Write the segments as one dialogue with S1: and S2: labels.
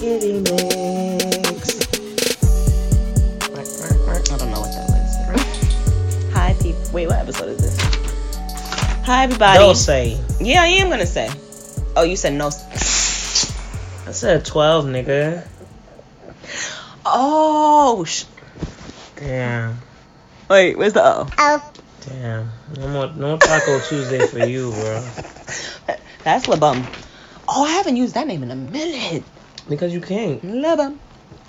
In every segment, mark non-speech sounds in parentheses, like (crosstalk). S1: Kitty mix. Work, work, work. I don't know what that was. Hi, people. Wait, what episode is this? Hi, everybody.
S2: Don't say.
S1: Yeah, I am gonna say. Oh, you said no.
S2: I said 12, nigga.
S1: Oh, sh-
S2: Damn.
S1: wait. Where's the oh?
S2: Damn. No more, no
S1: (laughs)
S2: more Taco Tuesday for you, bro.
S1: That's Labum. Oh, I haven't used that name in a minute.
S2: Because you can't.
S1: Labum.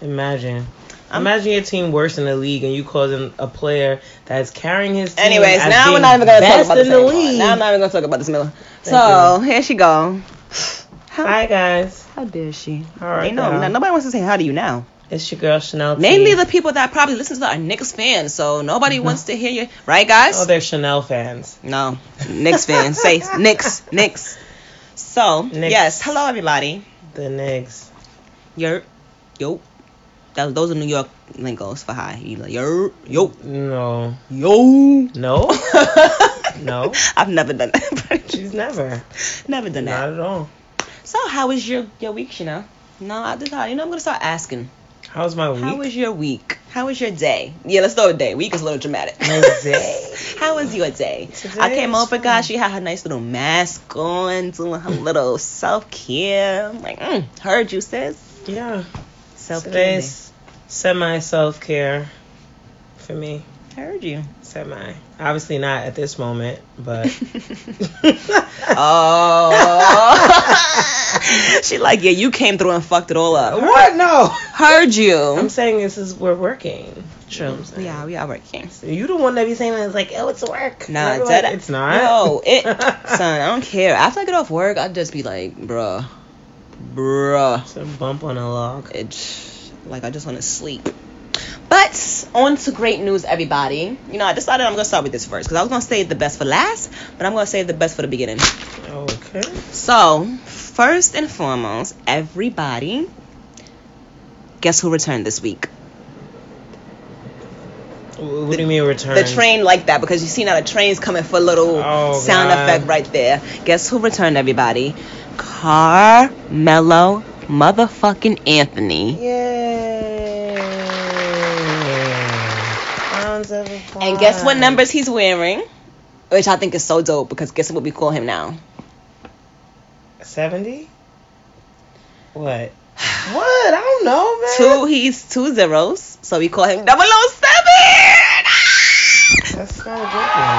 S2: Imagine. Imagine your team worse in the league and you causing a player that's carrying his team.
S1: Anyways,
S2: as
S1: now we're
S2: being
S1: not even gonna talk
S2: best
S1: about this
S2: in the
S1: anymore.
S2: league.
S1: Now I'm not even gonna talk about this Miller.
S2: Thank
S1: so here she go. How,
S2: Hi, guys.
S1: how dare she?
S2: All right,
S1: They know.
S2: now.
S1: now, nobody wants to say hi to you now.
S2: It's your girl, Chanel. T.
S1: Mainly the people that probably listen to our Knicks fans, so nobody wants to hear you, right, guys?
S2: Mm-hmm. Oh, they're Chanel fans.
S1: no, Knicks fans.
S2: (laughs)
S1: Say Knicks, Knicks. So
S2: Knicks.
S1: yes, hello everybody.
S2: The Knicks.
S1: Yerp, yo. That, those are New York lingos for hi. You know, yerp, yo,
S2: No.
S1: yo.
S2: No.
S1: (laughs)
S2: No.
S1: I've never done that. (laughs)
S2: She's never.
S1: never done that.
S2: Not at all.
S1: So how was your your week, Chanel? No, I just you know I'm gonna start asking.
S2: How's my week?
S1: How was your week? How was your day? Yeah, let's throw a day. Week is a little dramatic.
S2: My day?
S1: (laughs) how was your day?
S2: Today
S1: I came
S2: is
S1: over, God, she had her nice little mask on, doing her
S2: (laughs)
S1: little self care. I'm like, mm, heard you, sis.
S2: yeah.
S1: Self care.
S2: Today's semi self care for me.
S1: Heard you.
S2: Semi. Obviously not at this moment, (laughs) but
S1: (laughs)
S2: Uh,
S1: oh. (laughs) she like, yeah, you came through and fucked it all up.
S2: what? No.
S1: Heard
S2: I'm
S1: you.
S2: saying this is we're working. True.
S1: Yeah, we are working.
S2: You the one that be saying that it's like, oh, it's work. And
S1: Nah,
S2: I'd be
S1: dead-
S2: like, it's not.
S1: No,
S2: (laughs)
S1: it, son, I don't care. After I get off work, I just be like, bruh, bruh.
S2: It's a bump on a log.
S1: It's like I just want to sleep. But on to great news, everybody. You know, I decided I'm gonna start with this first because I was gonna save the best for last, but I'm gonna save the best for the beginning.
S2: Okay.
S1: So, first and foremost, everybody, guess who returned this week?
S2: Wh- What do you mean return?
S1: The train like that because you see now the train's coming for a little
S2: Oh,
S1: sound
S2: God.
S1: effect right there. Guess who returned everybody? Carmelo motherfucking Anthony.
S2: Yay. Rounds of applause.
S1: And guess what numbers he's wearing? Which I think is so dope because guess what we call him now?
S2: Seventy. What? What? I don't know, man.
S1: Two he's two zeros, so we call him 007. Ah!
S2: That's not a good thing.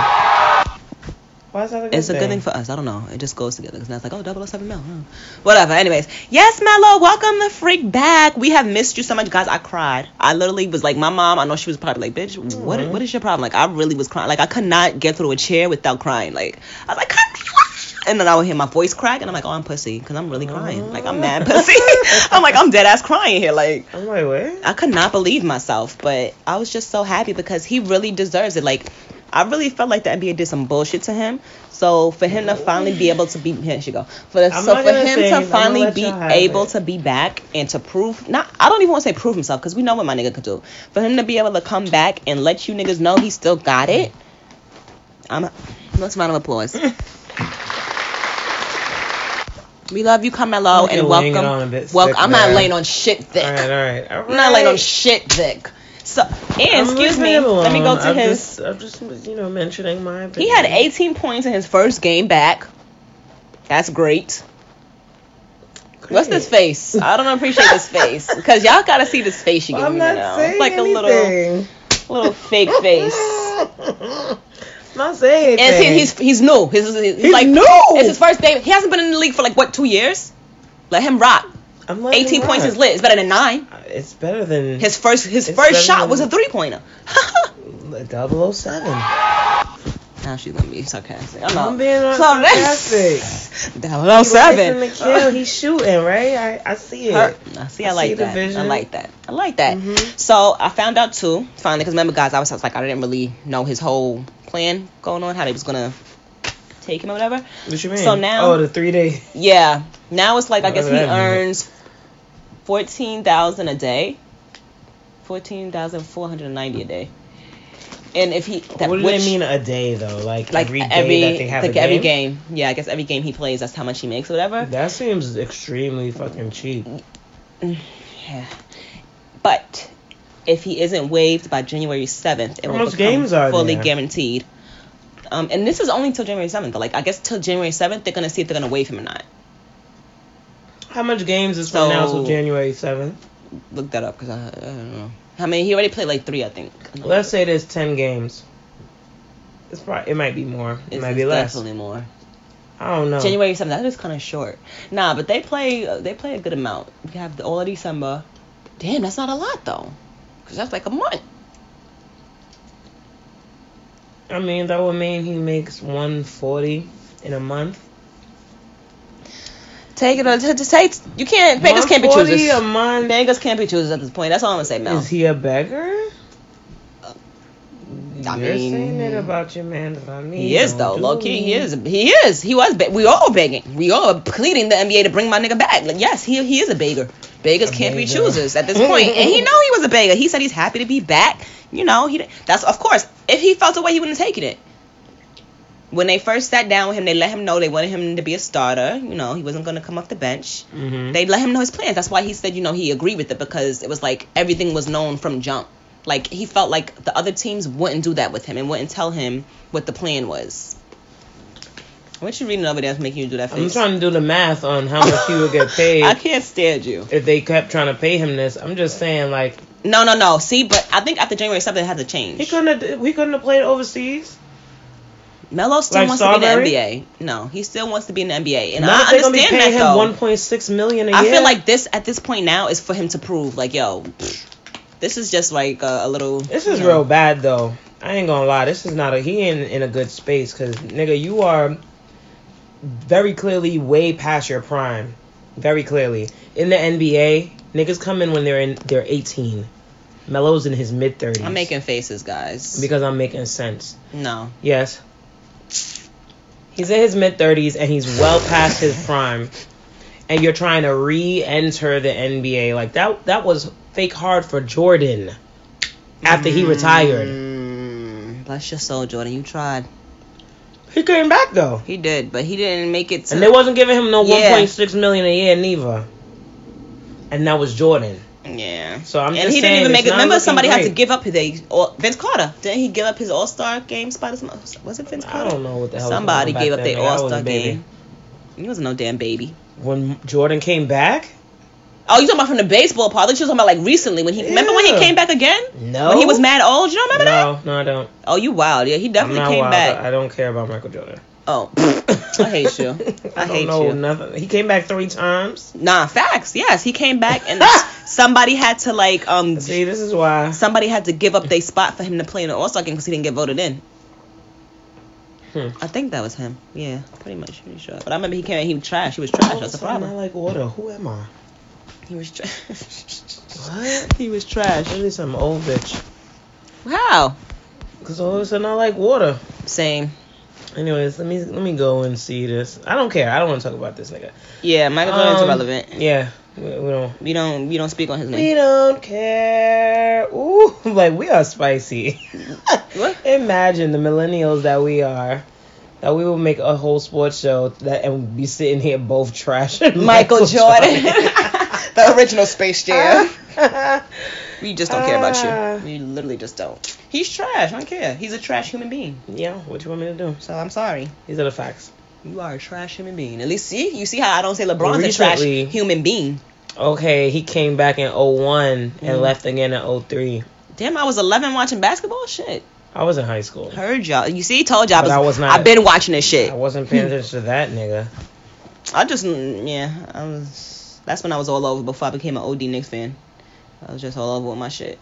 S2: Why is that a good
S1: It's a
S2: thing?
S1: good thing for us. I don't know. It just goes together. It's not like, oh, 007 Mel. huh. Whatever. Anyways. Yes, Mello, welcome the freak back. We have missed you so much. Guys, I cried. I literally was like, my mom, I know she was probably like, bitch, what,
S2: Mhm.
S1: what is your problem? Like, I really was crying. Like, I could not get through a chair without crying. Like, I was like, "Carmelo!" and then I would hear my voice crack, and I'm like, oh, I'm pussy, because I'm really crying. Like, I'm mad pussy. (laughs) I'm like, I'm dead ass crying here. Like,
S2: I'm like, what?
S1: I could not believe myself, but I was just so happy because he really deserves it. Like, I really felt like the NBA did some bullshit to him. So for him to finally be able to be (laughs) here she go. For the,
S2: I'm
S1: so
S2: not
S1: for
S2: gonna
S1: him
S2: say anything.
S1: to
S2: I'm gonna
S1: finally
S2: let
S1: be
S2: y'all have
S1: able
S2: it.
S1: to be back and to prove not I don't even want to say prove himself because we know what my nigga could do. For him to be able to come back and let you niggas know he still got it. I'm let's round of
S2: (laughs)
S1: applause. We love you, Carmelo,
S2: Look at
S1: and
S2: laying it
S1: welcome.
S2: on a bit
S1: welcome.
S2: thick
S1: I'm not
S2: there.
S1: laying on shit thick.
S2: All right, all right, all right.
S1: I'm not laying on shit thick. So, and excuse me, let me go to
S2: I'm
S1: his.
S2: Just, I'm just, you know, mentioning my.
S1: he
S2: Opinion.
S1: had 18 points in his first game back. That's great. What's this
S2: Great.
S1: face? I don't appreciate this face because y'all gotta see this face you
S2: Well,
S1: giving
S2: I'm
S1: me
S2: not
S1: now.
S2: saying
S1: It's like a little,
S2: anything.
S1: little
S2: (laughs)
S1: fake face.
S2: I'm not saying
S1: And see,
S2: anything.
S1: he's he's new. He's, he's,
S2: He's
S1: like
S2: new!
S1: It's his first game. He hasn't been in the league for like what two years. Let him rock.
S2: I'm letting
S1: 18
S2: him
S1: points
S2: rock.
S1: is lit. It's better than nine.
S2: It's better than
S1: His first his
S2: It's
S1: first
S2: better
S1: shot
S2: than-
S1: was a three (laughs) pointer.
S2: Double oh seven.
S1: Now she's gonna be sarcastic. I'm
S2: I'm
S1: not.
S2: being
S1: So (laughs)
S2: sarcastic.
S1: Down
S2: He wasn't the kill. He's shooting, right? I, I see it.
S1: Her, I see, I,
S2: I
S1: like
S2: see the
S1: that. I
S2: vision.
S1: like that. I like that.
S2: Mhm.
S1: So I found out too, finally, because remember, guys, I was, I was like, I didn't really know his whole plan going on, how they was gonna take him or whatever.
S2: What you mean?
S1: So now-
S2: oh, the three day.
S1: Yeah. Now it's like I
S2: What
S1: guess
S2: does
S1: he
S2: that mean?
S1: earns fourteen thousand a day, fourteen thousand four hundred and ninety a day. And if he that
S2: what do
S1: which,
S2: they mean a day though? Like,
S1: Like
S2: every,
S1: every,
S2: day that they have
S1: like
S2: a game?
S1: every game. Yeah, I guess every game he plays, that's how much he makes or whatever.
S2: That seems extremely fucking cheap.
S1: Mm, Yeah. But if he isn't waived by January 7th, it
S2: How
S1: will
S2: much
S1: become
S2: games are
S1: fully
S2: there?
S1: guaranteed. Um, and this is only till January 7th. Though. Like, I guess till January 7th, they're going to see if they're going to waive him or not.
S2: How much games is
S1: So-
S2: from now till January seventh?
S1: Look that up because I, I don't know. I mean, he already played like three, I think.
S2: Let's say there's ten games. It's probably it might be more. It
S1: It's-
S2: might
S1: it's
S2: be less.
S1: Definitely more.
S2: I don't know.
S1: January 7th, that is kind of short. Nah, but they play they play a good amount. We have the, all of December. Damn, that's not a lot, though. Because that's like a month.
S2: I mean that would mean he makes one forty in a month.
S1: Take it or (laughs) t- just take. You can't. Beggars can't be
S2: 140
S1: choosers.
S2: a month.
S1: Beggars can't be choosers at this point. That's all I'm gonna say, Mel.
S2: Is he a beggar?
S1: I
S2: You're
S1: mean-
S2: saying it about your man that I mean.
S1: He is though, low key. He is. He is. He was. Be- we all begging. We all pleading the NBA to bring my nigga back. Like, yes, he he is a beggar. Beggars
S2: A
S1: can't be
S2: beggar.
S1: choosers at this point, and
S2: (laughs)
S1: he know he was a beggar. He said he's happy to be back. You know, he that's of course. If he felt the way, he wouldn't have taken it. When they first sat down with him, they let him know they wanted him to be a starter. You know, he wasn't gonna come off the bench.
S2: hmm
S1: They let him know his plans. That's why he said, you know, he agreed with it because it was like everything was known from jump. Like he felt like the other teams wouldn't do that with him and wouldn't tell him what the plan was. What you reading over there that's making you do that
S2: I'm
S1: face?
S2: trying to do the math on how much he would
S1: (laughs)
S2: get paid
S1: I can't stand you.
S2: if they kept trying to pay him this. I'm just saying, like
S1: No, no, no. See, but I think after January something had to change.
S2: he couldn't. Have, he couldn't have played overseas.
S1: Melo still
S2: Like
S1: wants
S2: Strawberry?
S1: to be in the NBA. No, he still wants to be in the NBA, and
S2: Not
S1: I
S2: if they're gonna be
S1: understand
S2: paying
S1: that
S2: him
S1: though.
S2: 1.6 million a year.
S1: I feel like this at this point now is for him to prove, like, yo, pfft, this is just like a, a little.
S2: This is
S1: you know.
S2: real bad though. I ain't gonna lie. This is not a he ain't in a good space because nigga, you are very clearly way past your prime. Very clearly in the NBA, niggas come in when they're in they're 18. Melo's in his mid 30s.
S1: I'm making faces, guys.
S2: because I'm making sense.
S1: No.
S2: Yes. He's in his mid 30s and he's well past his prime. And you're trying to re-enter the NBA like that. That was fake hard for Jordan after he retired.
S1: Mm, bless your soul, Jordan. You tried.
S2: He came back though.
S1: He did, but he didn't make it to.
S2: And they wasn't giving him no
S1: Yeah.
S2: 1.6 million a year neither. And that was Jordan.
S1: yeah.
S2: So I'm
S1: and
S2: just
S1: he
S2: saying
S1: didn't even
S2: it's
S1: make it.
S2: not
S1: Remember,
S2: looking
S1: somebody had to
S2: great.
S1: give up his. all- Vince Carter. Didn't he give up his All Star game spot? or something? Was it Vince
S2: I
S1: Carter?
S2: don't know what the hell. was
S1: Somebody
S2: going on
S1: gave
S2: back
S1: up
S2: then,
S1: their
S2: nigga. I was
S1: All Star
S2: a baby.
S1: game. He was no damn baby.
S2: When Jordan came back?
S1: Oh, you talking about from the baseball part? I thought you was talking about like recently when he. Remember when he
S2: Yeah.
S1: came back again?
S2: No.
S1: When he was mad old. You don't remember that?
S2: No, no, I don't.
S1: Oh, you wild. Yeah, he definitely
S2: I'm not
S1: came
S2: wild.
S1: back.
S2: I don't care about Michael Jordan.
S1: oh, (laughs) I hate
S2: (laughs)
S1: you. I,
S2: don't
S1: hate
S2: know
S1: you.
S2: Nothing. He came back three times.
S1: Nah, facts. Yes, he came back (laughs) and somebody had to like um
S2: See, this is why.
S1: somebody had to give up their spot for him to play in the All Star game because he didn't get voted in.
S2: Hmm.
S1: I think that was him. Yeah, pretty much, pretty sure. But I remember he came in, he was trash. He was trash. That's the
S2: I
S1: problem.
S2: like water. Who am I?
S1: He was (laughs) trash.
S2: What?
S1: He was trash.
S2: Really, some old bitch.
S1: Wow.
S2: Cause all of a sudden I like water.
S1: Same.
S2: Anyways, let me let me go and see this. I don't care. I don't want to talk about this nigga.
S1: Yeah, Michael Jordan's
S2: Um,
S1: irrelevant.
S2: Yeah, we, we don't.
S1: We don't we don't speak on his name.
S2: We don't care. Ooh, (laughs) like we are spicy.
S1: (laughs) What?
S2: Imagine the millennials that we are. That we will make a whole sports show that and we'll be sitting here both trashing (laughs)
S1: Michael Jordan. (laughs) The original Space Uh. we just don't care
S2: Ah.
S1: about you. We literally just don't. He's trash. I don't care. He's a trash human being.
S2: (laughs) yeah, what you want me to do?
S1: So I'm sorry.
S2: These are the facts.
S1: You are a trash human being. At least see, you see how I don't say LeBron's
S2: Recently-
S1: a trash human being.
S2: Okay, he came back in 01 and
S1: Mm.
S2: left again in 03.
S1: Damn, I was 11 watching basketball. Shit,
S2: I was in high school.
S1: heard y'all. You see, told y'all.
S2: But
S1: I
S2: I
S1: was.
S2: was not-
S1: I've been watching this shit.
S2: I wasn't paying attention to that nigga.
S1: I just, mm, yeah, I was. That's when I was all over before I became an OD Knicks fan. I was just all over with my shit.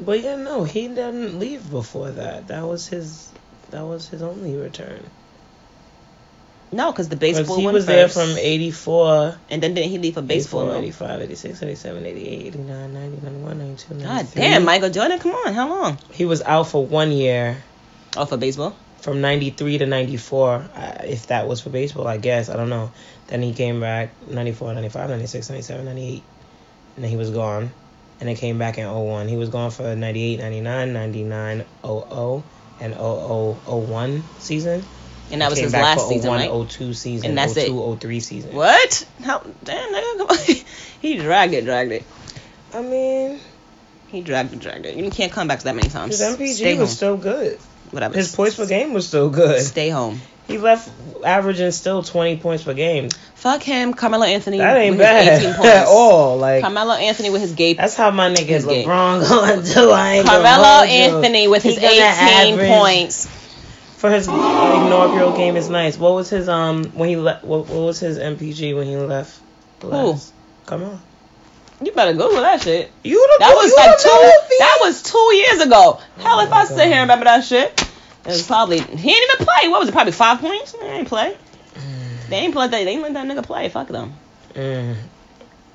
S2: But yeah, no, he didn't leave before that. That was his. That was his only return.
S1: No, because the
S2: 'Cause
S1: baseball
S2: he
S1: went
S2: was there
S1: first.
S2: from 84,
S1: and then didn't he leave for baseball?
S2: 84,
S1: though?
S2: 85, 86, 87, 88, 89, 90, 91, 92,
S1: God
S2: 93.
S1: damn, Michael Jordan, come on, how long?
S2: He was out for one year
S1: Oh, for baseball?
S2: from 93 to 94, uh, if that was for baseball, I guess. I don't know. Then he came back 94, 95, 96, 97, 98. And then he was gone. and then came back in 01. He was gone for 98, 99, 99, 00, and 0001 season.
S1: And that was
S2: Came
S1: his
S2: back
S1: last
S2: for
S1: season,
S2: 01,
S1: right?
S2: 02 season,
S1: And that's it.
S2: 02, 03 season.
S1: What? How damn nigga, come on. (laughs) he dragged it, dragged it.
S2: I mean,
S1: He dragged it, dragged it. You can't come back that many times.
S2: his MPG
S1: Stay
S2: was
S1: home.
S2: still good.
S1: Whatever.
S2: His points per game was still good.
S1: Stay home.
S2: He left averaging still 20 points per game.
S1: Fuck him, Carmelo Anthony.
S2: That ain't
S1: with his
S2: bad
S1: 18 points.
S2: (laughs) at all. Like
S1: Carmelo Anthony with his gay.
S2: that's how my nigga
S1: He's gay.
S2: LeBron (laughs) going to do. I ain't gonna
S1: Carmelo
S2: hold you.
S1: Anthony with
S2: He
S1: his
S2: gonna
S1: 18
S2: average-
S1: points.
S2: for his inaugural game is nice. What was his um when he left? What, what was his MPG when he left? the
S1: Who?
S2: last- Come on.
S1: You better Google that shit.
S2: You the
S1: That was
S2: Oh, you
S1: like
S2: the
S1: two.
S2: Philadelphia-
S1: That was two years ago. Hell, if
S2: my
S1: I sit here
S2: God.
S1: and remember that shit, it was probably he didn't even play. What was it? Probably five points. They ain't play. They ain't play. They ain't let that nigga play. Fuck them.
S2: Mm.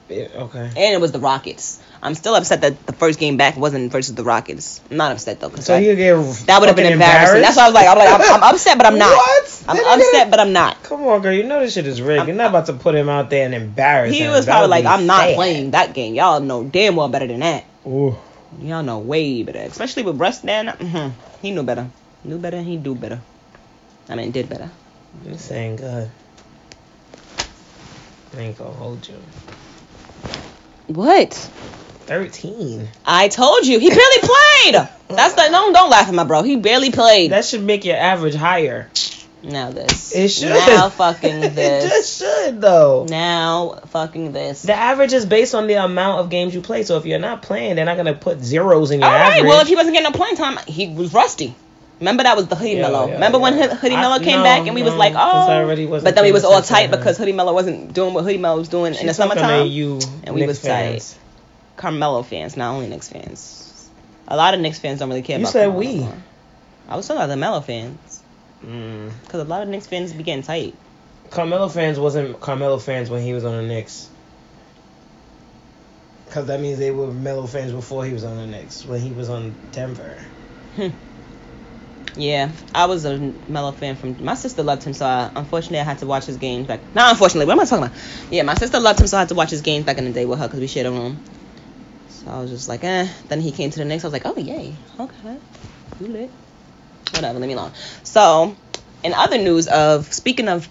S2: Yeah, okay.
S1: And it was the Rockets. I'm still upset that the first game back wasn't versus the Rockets. I'm not upset though. 'cause
S2: So
S1: I-
S2: you get
S1: that would have been embarrassing. That's why I was like, I'm like, I'm, I'm upset, but I'm not.
S2: What?
S1: I'm
S2: They didn't-
S1: upset, but I'm not.
S2: Come on, girl. You know this shit is rigged. You're not about to put him out there and embarrass
S1: He
S2: him.
S1: was
S2: That
S1: probably
S2: would
S1: like,
S2: be
S1: I'm not
S2: sad.
S1: playing that game. Y'all know damn well better than that.
S2: Ooh.
S1: Y'all know way better, especially with Russ down. hmm He knew better. Knew better. and He do better. I mean, did better.
S2: This ain't good. I ain't gonna hold you.
S1: What?
S2: 13.
S1: I told you. He barely played. That's the no. Don't laugh at my bro. He barely played.
S2: That should make your average higher.
S1: now this.
S2: (laughs) It should.
S1: Now fucking
S2: it
S1: this.
S2: just should, though.
S1: Now fucking this.
S2: The average is based on the amount of games you play. So if you're not playing, they're not gonna put zeros in
S1: All
S2: your
S1: right.
S2: average.
S1: Well, if he wasn't getting no playing time, he was rusty. Remember that was the Hoodie
S2: Yeah,
S1: Mellow.
S2: yeah,
S1: Remember when
S2: yeah.
S1: Hood- Hoodie
S2: I-
S1: Mellow came
S2: no,
S1: back and we was
S2: no,
S1: like,
S2: 'cause I
S1: oh.
S2: already wasn't
S1: but then we
S2: paying
S1: was all
S2: attention
S1: tight
S2: to her.
S1: because Hoodie Mellow wasn't doing what Hoodie Mellow was doing
S2: She
S1: in the
S2: talking to
S1: summertime.
S2: you
S1: and we
S2: Knicks
S1: was tight.
S2: fans.
S1: Carmelo fans, not only Knicks fans. A lot of Knicks fans don't really care
S2: You
S1: about
S2: said
S1: Carmelo
S2: we.
S1: more. I was talking about the Melo fans.
S2: Mm.
S1: Because a lot of Knicks fans be getting tight.
S2: Carmelo fans wasn't Carmelo fans when he was on the Knicks. Cause that means they were Melo fans before he was on the Knicks. When he was on Denver.
S1: Hmm. Yeah, I was a Melo fan from. My sister loved him, so I, unfortunately I had to watch his games back. Not unfortunately, what am I talking about? Yeah, my sister loved him, so I had to watch his games back in the day with her because we shared a room. So I was just like, eh. Then he came to the Knicks. I was like, oh yay, okay, you lit. Whatever, let me alone. So, in other news of speaking of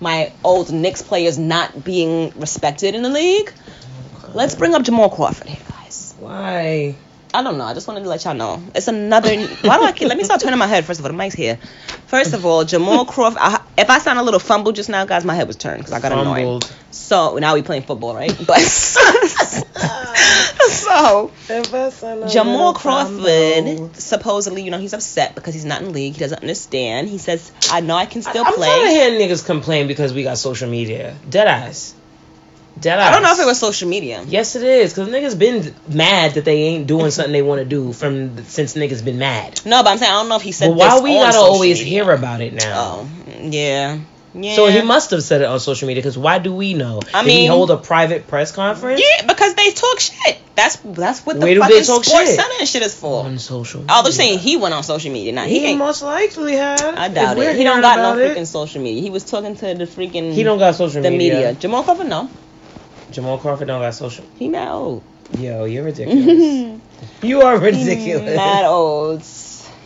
S1: my old Knicks players not being respected in the league, let's bring up Jamal Crawford here, guys.
S2: Why?
S1: I don't know. I just wanted to let y'all know. It's another. why do I keep? Let me start turning my head. First of all, the mic's here. First of all, Jamal Crawford. I, if I sound a little fumbled just now, guys, my head was turned because I got annoyed.
S2: Fumbled.
S1: So now we playing football, right? But (laughs) so
S2: If I sound a
S1: Jamal
S2: little
S1: Crawford
S2: fumbled.
S1: supposedly, you know, he's upset because he's not in the league. He doesn't understand. He says, "I know I can still
S2: I'm
S1: play."
S2: tired of hearing niggas complain because we got social media. Deadass. Deadass.
S1: I don't know if it was social media.
S2: Yes, it is, cause niggas been mad that they ain't doing something they want to do from since niggas been mad.
S1: No, but I'm saying I don't know if he said.
S2: But why
S1: this
S2: we
S1: on
S2: gotta
S1: social
S2: always
S1: media.
S2: hear about it now?
S1: Oh, yeah, yeah.
S2: So he must have said it on social media, cause why do we know?
S1: I
S2: Did he
S1: mean-
S2: hold a private press conference
S1: Yeah, because they talk shit. That's that's what the
S2: Where do
S1: fucking
S2: they talk
S1: sports
S2: shit?
S1: center and shit is for.
S2: on social? media?
S1: Although saying he went on social media, not he,
S2: he,
S1: ain't.
S2: most likely had.
S1: I
S2: If
S1: doubt
S2: we're
S1: it. He don't
S2: hearing
S1: got no
S2: about
S1: freaking
S2: it-
S1: social media. He was talking to the freaking
S2: He don't got social
S1: the
S2: media.
S1: media. Jamal Crawford, no,
S2: Jamal Crawford don't got social.
S1: he mad old.
S2: Yo, you're ridiculous.
S1: (laughs) he
S2: you are ridiculous.
S1: mad old.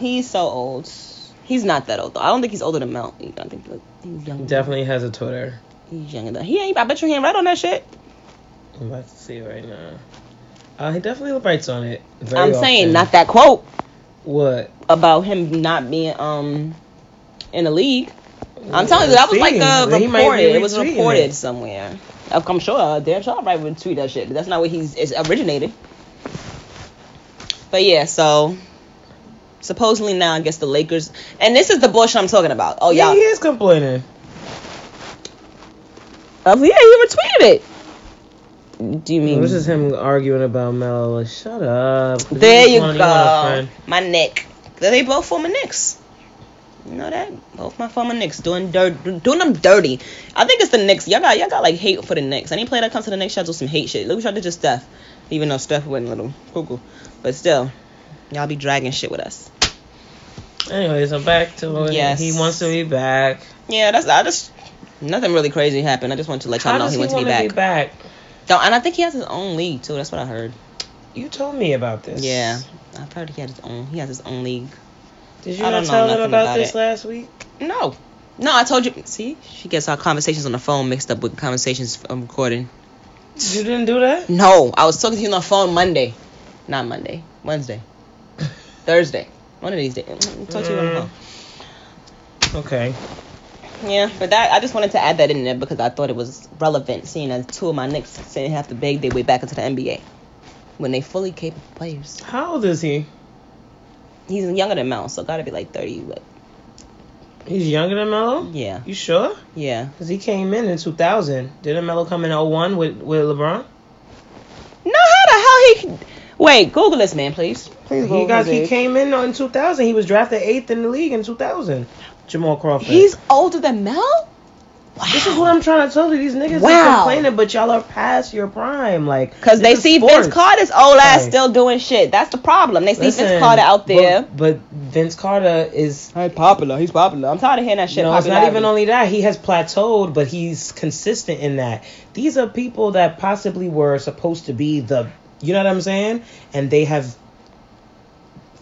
S1: He's so old. He's not that old though. I don't think he's older than Mel. I think like, he's younger.
S2: Definitely has a Twitter.
S1: He's younger than he ain't. I bet you he ain't right on that shit.
S2: I'm about to see right now. Uh, he definitely writes on it. Very
S1: I'm saying
S2: often.
S1: not that quote
S2: What?
S1: about him not being um in the league. I'm telling you, that was like uh,
S2: He might be
S1: reported. It was
S2: retweeting
S1: reported
S2: it.
S1: somewhere. Of- I'm sure Dan Shaw probably would tweet that shit, but that's not where he's it's originated. But yeah, so supposedly now I guess the Lakers, and this is the bullshit I'm talking about. Oh
S2: yeah,
S1: y'all,
S2: he is complaining.
S1: oh, yeah, he retweeted it. Do you mean?
S2: This is him arguing about Melo. Like, shut up.
S1: There
S2: He
S1: you
S2: wanna- he wanna
S1: go.
S2: friend.
S1: My Nick. They both former Knicks. You know that? Both my former Knicks doing dirt, doing them dirty. I think it's the Knicks. Y'all got y'all got like hate for the Knicks. Any player that comes to the Knicks, y'all do some hate shit. Look what y'all did to Steph. Even though Steph went a little cuckoo, but still, y'all be dragging shit with us.
S2: Anyways, I'm back to it.
S1: Yes.
S2: He wants to be back.
S1: Yeah, that's I just nothing really crazy happened. I just wanted to let y'all
S2: How
S1: know
S2: does
S1: he
S2: he
S1: wants to
S2: want
S1: be back.
S2: be back?
S1: Don't- and I think he has his own league too. That's what I heard.
S2: You told me about this.
S1: Yeah, I've heard he had his own. He has his own league.
S2: Did you
S1: I
S2: not
S1: don't know
S2: tell them
S1: nothing
S2: about,
S1: about
S2: this
S1: it.
S2: last week?
S1: No, no, I told you. See, she gets our conversations on the phone mixed up with conversations from recording.
S2: You didn't do that?
S1: No, I was talking to you on the phone Monday, not Monday, Wednesday, Thursday, one of these days. Talk to you on the
S2: Mm.
S1: phone. Mm.
S2: Okay.
S1: Yeah, but that I just wanted to add that in there because I thought it was relevant, seeing as two of my Knicks didn't have to beg their way back into the NBA when they fully capable players.
S2: How old is he?
S1: He's younger than Mel, so gotta be like thirty. But
S2: He's younger than Melo?
S1: yeah,
S2: You sure?
S1: yeah.
S2: Because he came in in 2000. Didn't Melo come in 01 with, with LeBron?
S1: No, how the hell he? Wait, Google this man, please. Please
S2: He got he came in in 2000. He was drafted eighth in the league in 2000. Jamal Crawford.
S1: He's older than Mel. Wow.
S2: this is what I'm trying to tell you. These niggas are
S1: Wow.
S2: complaining, but y'all are past your prime. Like,
S1: Cause they
S2: this is
S1: see
S2: sports.
S1: Vince Carter's old ass
S2: Right.
S1: still doing shit. That's the problem. They see
S2: Listen,
S1: Vince Carter out there.
S2: But, but Vince Carter is.
S1: Hey, popular. He's popular. I'm tired of hearing that shit.
S2: no, it's not
S1: popularity.
S2: even only that. He has plateaued, but he's consistent in that. These are people that possibly were supposed to be the. You know what I'm saying? And they have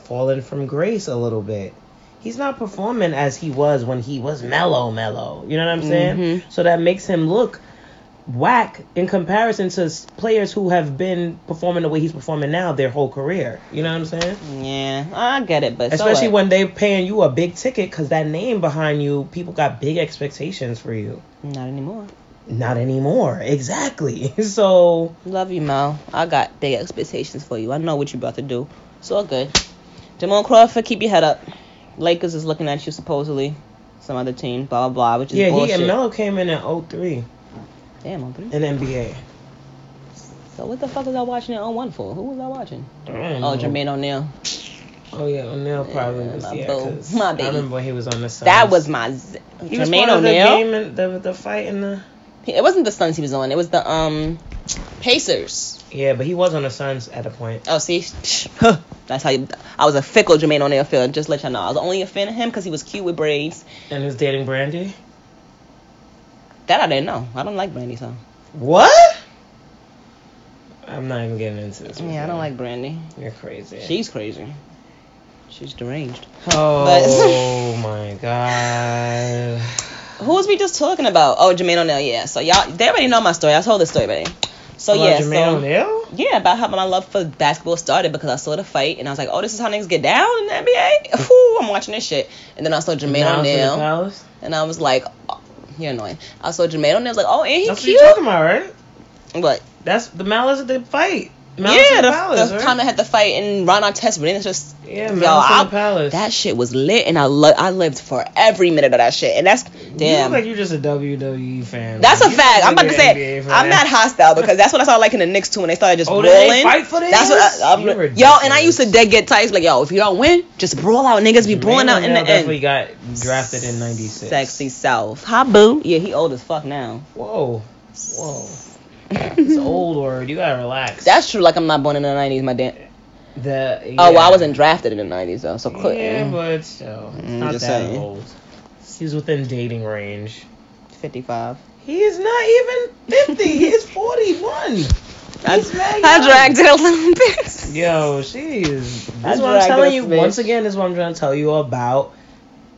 S2: fallen from grace a little bit. He's not performing as he was when he was mellow, mellow. You know what I'm saying?
S1: Mhm.
S2: So that makes him look whack in comparison to s- players who have been performing the way he's performing now their whole career. You know what I'm saying?
S1: Yeah, I get it, but
S2: Especially
S1: so what?
S2: when they paying you a big ticket because that name behind you, people got big expectations for you.
S1: not anymore.
S2: Not anymore. Exactly. (laughs) So
S1: Love you, Mel. I got big expectations for you. I know what you're about to do. It's all good. Jamal Crawford, keep your head up. Lakers is looking at you supposedly. Some other team, blah blah blah, which is
S2: yeah, he
S1: bullshit.
S2: and Melo came in in 03
S1: Damn, Anthony.
S2: in NBA.
S1: So what the fuck was I watching it on one for? Who was I watching?
S2: I don't
S1: Oh,
S2: know.
S1: Jermaine O'Neal.
S2: Oh yeah, O'Neal probably
S1: Yeah,
S2: was
S1: my
S2: yeah,
S1: boo.
S2: 'cause
S1: My
S2: I
S1: baby.
S2: remember when he was on the Suns.
S1: That was my z-
S2: he was
S1: Jermaine
S2: part of the
S1: O'Neal.
S2: game and the the fight in the
S1: It wasn't the Suns he was on. It was the um Pacers.
S2: yeah, but he was on the Suns at a point.
S1: Oh, see, that's how you. I was a fickle Jermaine O'Neal fan. Just let y'all know, I was only a fan of him because he was cute with braids.
S2: And he was dating Brandy.
S1: That I didn't know. I don't like Brandy so.
S2: What? I'm not even getting into this. with
S1: Yeah, I
S2: you.
S1: don't like Brandy.
S2: You're crazy.
S1: She's crazy. She's deranged. (laughs)
S2: Oh my god.
S1: Who was we just talking about? Oh, Jermaine O'Neal. Yeah. So y'all, they already know my story. I told this story already. So
S2: About
S1: yeah.
S2: Jermaine
S1: so,
S2: O'Neal?
S1: Yeah, about how my love for basketball started because I saw the fight and I was like, oh, this is how niggas get down in the NBA. Whew, I'm watching this shit. And then I saw Jermaine
S2: Now to the
S1: O'Neal
S2: Palace?
S1: and I was like, oh, you're annoying. I saw Jermaine O'Neal. I was like, oh, and he
S2: That's what
S1: cute.
S2: you're talking about, right?
S1: But
S2: That's the malice of the fight. Malice
S1: yeah,
S2: in the,
S1: the,
S2: palace,
S1: the
S2: right?
S1: time I had the fight and Ron Artest, but then it's just
S2: yeah,
S1: Yo,
S2: malice in
S1: I-
S2: the palace.
S1: That shit was lit, and I lo- I lived for every minute of that shit. And that's
S2: You
S1: damn.
S2: look like you're just a WWE fan.
S1: that's a
S2: Like, you
S1: fact.
S2: look
S1: I'm about to
S2: like
S1: say
S2: an
S1: it.
S2: NBA fan.
S1: I'm not hostile because that's what I saw like in the Knicks too when they started just
S2: Oh,
S1: brawling.
S2: they fight for this?
S1: that's what I, I'm, yo,
S2: You're
S1: and I
S2: ridiculous.
S1: used to dead get tight. It's Like yo, if you don't win, just brawl out. Niggas be
S2: Jermaine
S1: brawling out in
S2: O'Neal
S1: the
S2: definitely
S1: end.
S2: got drafted in '96.
S1: Sexy South. Hi, boo. Yeah, he old as fuck now. (laughs)
S2: Whoa, whoa. It's an old word. You gotta relax.
S1: That's true. Like I'm not born in the '90s, my damn.
S2: the.
S1: Oh, well,
S2: yeah.
S1: I wasn't drafted in the '90s though, so clear.
S2: Yeah, but still, it's
S1: Mm,
S2: not that
S1: just saying.
S2: old. He's within dating range.
S1: 55.
S2: He is not even 50. He's 41.
S1: I,
S2: He's very
S1: I
S2: young.
S1: dragged it a little (laughs) bit.
S2: Yo, she is. This
S1: I
S2: is what I'm
S1: dragged
S2: telling
S1: this
S2: you.
S1: bitch.
S2: Once again, this is what I'm trying to tell you about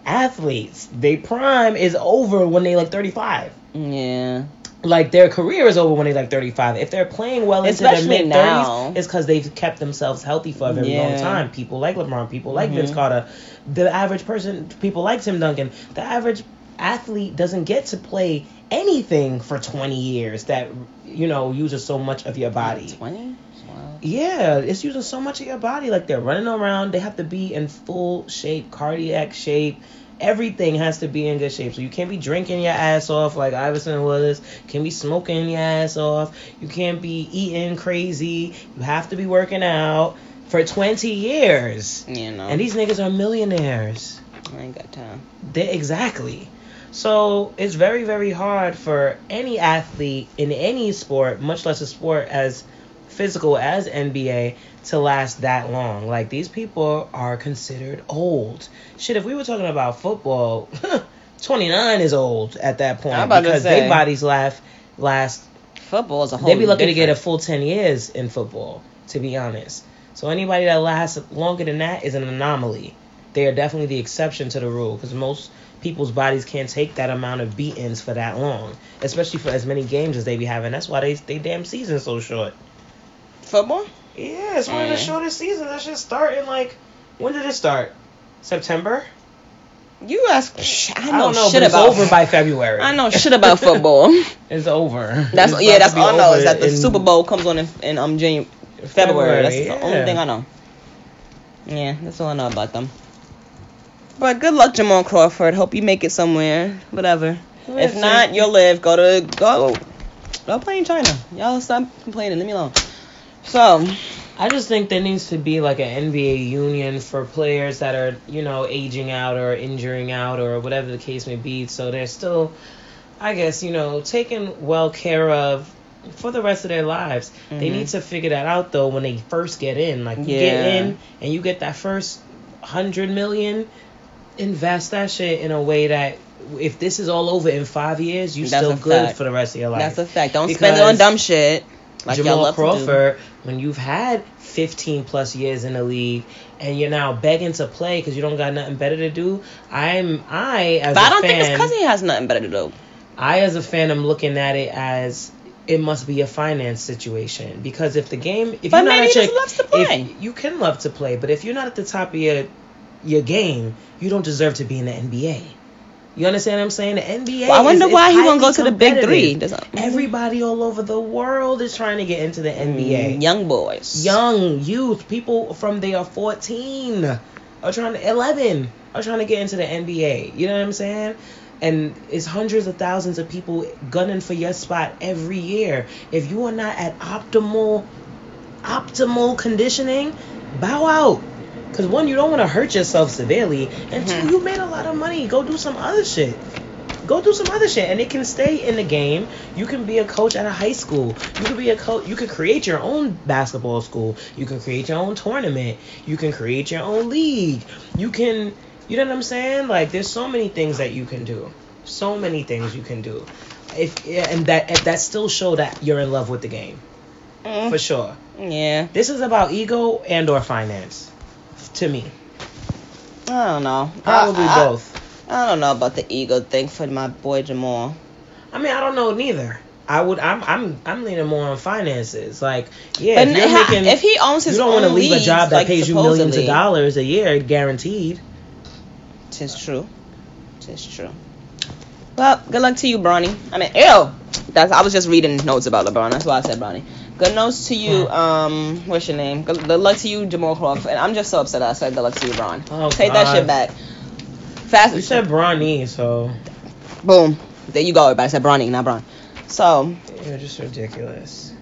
S2: athletes. They prime is over when they like 35.
S1: Yeah.
S2: Like their career is over when they like 35. If they're playing well into
S1: Especially
S2: their mid
S1: now.
S2: 30s, it's because they've kept themselves healthy for a very long
S1: Yeah. Mm-hmm.
S2: time. People like LeBron. People like Vince Carter. The average person, people like Tim Duncan. The average athlete doesn't get to play anything for 20 years that you know uses so much of your body.
S1: 20? Wow.
S2: Yeah, it's using so much of your body. Like they're running around, they have to be in full shape, cardiac shape. Everything has to be in good shape. So you can't be drinking your ass off like Iverson was. Can't be smoking your ass off. You can't be eating crazy. You have to be working out for 20 years.
S1: You know.
S2: And these niggas are millionaires.
S1: I ain't got time.
S2: They, exactly. So it's very, very hard for any athlete in any sport, much less a sport as physical as NBA, to last that long. Like these people are considered old. Shit, if we were talking about football, (laughs) 29 is old at that point
S1: I'm about to
S2: because
S1: say.
S2: their bodies last last
S1: Football is a whole.
S2: they be lucky to get a
S1: different-
S2: full 10 years in football to be honest. So anybody that lasts longer than that is an anomaly. They are definitely the exception to the rule because most people's bodies can't take that amount of beatings for that long, especially for as many games as they be having. That's why they they damn season's so short.
S1: Football?
S2: Yeah, it's one of the
S1: Mm.
S2: shortest seasons. That should start in like when did it start? September?
S1: You ask. Psh, I know,
S2: I don't know,
S1: shit
S2: but it's
S1: about.
S2: over by February.
S1: I (laughs) know shit about (laughs) football.
S2: (laughs) It's over.
S1: That's
S2: It's
S1: yeah.
S2: about
S1: That's
S2: to be
S1: all I know
S2: over
S1: is that the
S2: in
S1: Super Bowl comes on in, in um January, February. That's the only thing I know. Yeah, that's all I know about them. But good luck, Jamal Crawford. Hope you make it somewhere. Whatever. If
S2: Listen.
S1: not, you'll live. Go to go. Go play in China. Y'all stop complaining. Leave me alone. So
S2: I just think there needs to be like an NBA union for players that are, you know, aging out or injuring out or whatever the case may be. So they're still, I guess, you know, taken well care of for the rest of their lives. They
S1: Mhm.
S2: need to figure that out though when they first get in. Like you
S1: Yeah.
S2: get in and you get that first hundred million, invest that shit in a way that if this is all over in five years, you
S1: That's
S2: still
S1: a
S2: good
S1: fact.
S2: for the rest of your life.
S1: that's a fact. Don't spend it on
S2: Because-
S1: dumb shit. Like y'all
S2: Jamal
S1: love
S2: Crawford, when you've had 15 plus years in the league and you're now begging to play because you don't got nothing better to do, I'm I as
S1: But I
S2: a
S1: don't
S2: fan,
S1: think it's because he has nothing better to do.
S2: I as a fan am looking at it as it must be a finance situation because if the game if
S1: But
S2: you're not
S1: maybe
S2: at
S1: he
S2: your,
S1: just loves to
S2: if-
S1: play.
S2: you can love to play, but if you're not at the top of your your game, you don't deserve to be in the NBA. You understand what I'm saying? The NBA.
S1: Well, I wonder
S2: is- is
S1: why he won't
S2: highly
S1: go to the big three.
S2: competitive.
S1: That's-
S2: Everybody all over the world is trying to get into the NBA.
S1: Mm, Young boys.
S2: Young youth, people from they are 14 are trying to 11 are trying to get into the NBA. You know what I'm saying? And it's hundreds of thousands of people gunning for your spot every year. If you are not at optimal optimal conditioning, bow out. Cause one, you don't want to hurt yourself severely, and
S1: Mhm.
S2: two, you made a lot of money. Go do some other shit. Go do some other shit, and it can stay in the game. You can be a coach at a high school. You can be a coach. You can create your own basketball school. You can create your own tournament. You can create your own league. You can, you know what I'm saying? Like, there's so many things that you can do. So many things you can do. If yeah, and that and that still show that you're in love with the game
S1: Mm.
S2: for sure.
S1: Yeah.
S2: This is about ego and or finance, to me.
S1: I don't know.
S2: Probably
S1: I- I-
S2: both.
S1: I don't know about the ego thing for my boy Jamal.
S2: I mean, I don't know neither. I would. I'm. I'm. I'm leaning more on finances. Like, yeah,
S1: but if,
S2: if you're
S1: ha-
S2: making,
S1: if he owns his
S2: you don't
S1: own
S2: want to leave
S1: leagues,
S2: a job that
S1: like,
S2: pays you
S1: supposedly,
S2: millions of dollars a year, guaranteed.
S1: Tis true. Tis true. Well, good luck to you, Bronny. I mean, ew. That's I was just reading notes about LeBron. That's why I said Bronny. Good notes to you. Um, what's your name? Good, good luck to you, Jamal Crawford. And I'm just so upset. I said good luck to you, Bron.
S2: Oh,
S1: Take that
S2: God.
S1: shit back. Fast.
S2: You said Bronny, so
S1: boom. There you go. Everybody said Bronny, not Bron. So
S2: you're just ridiculous.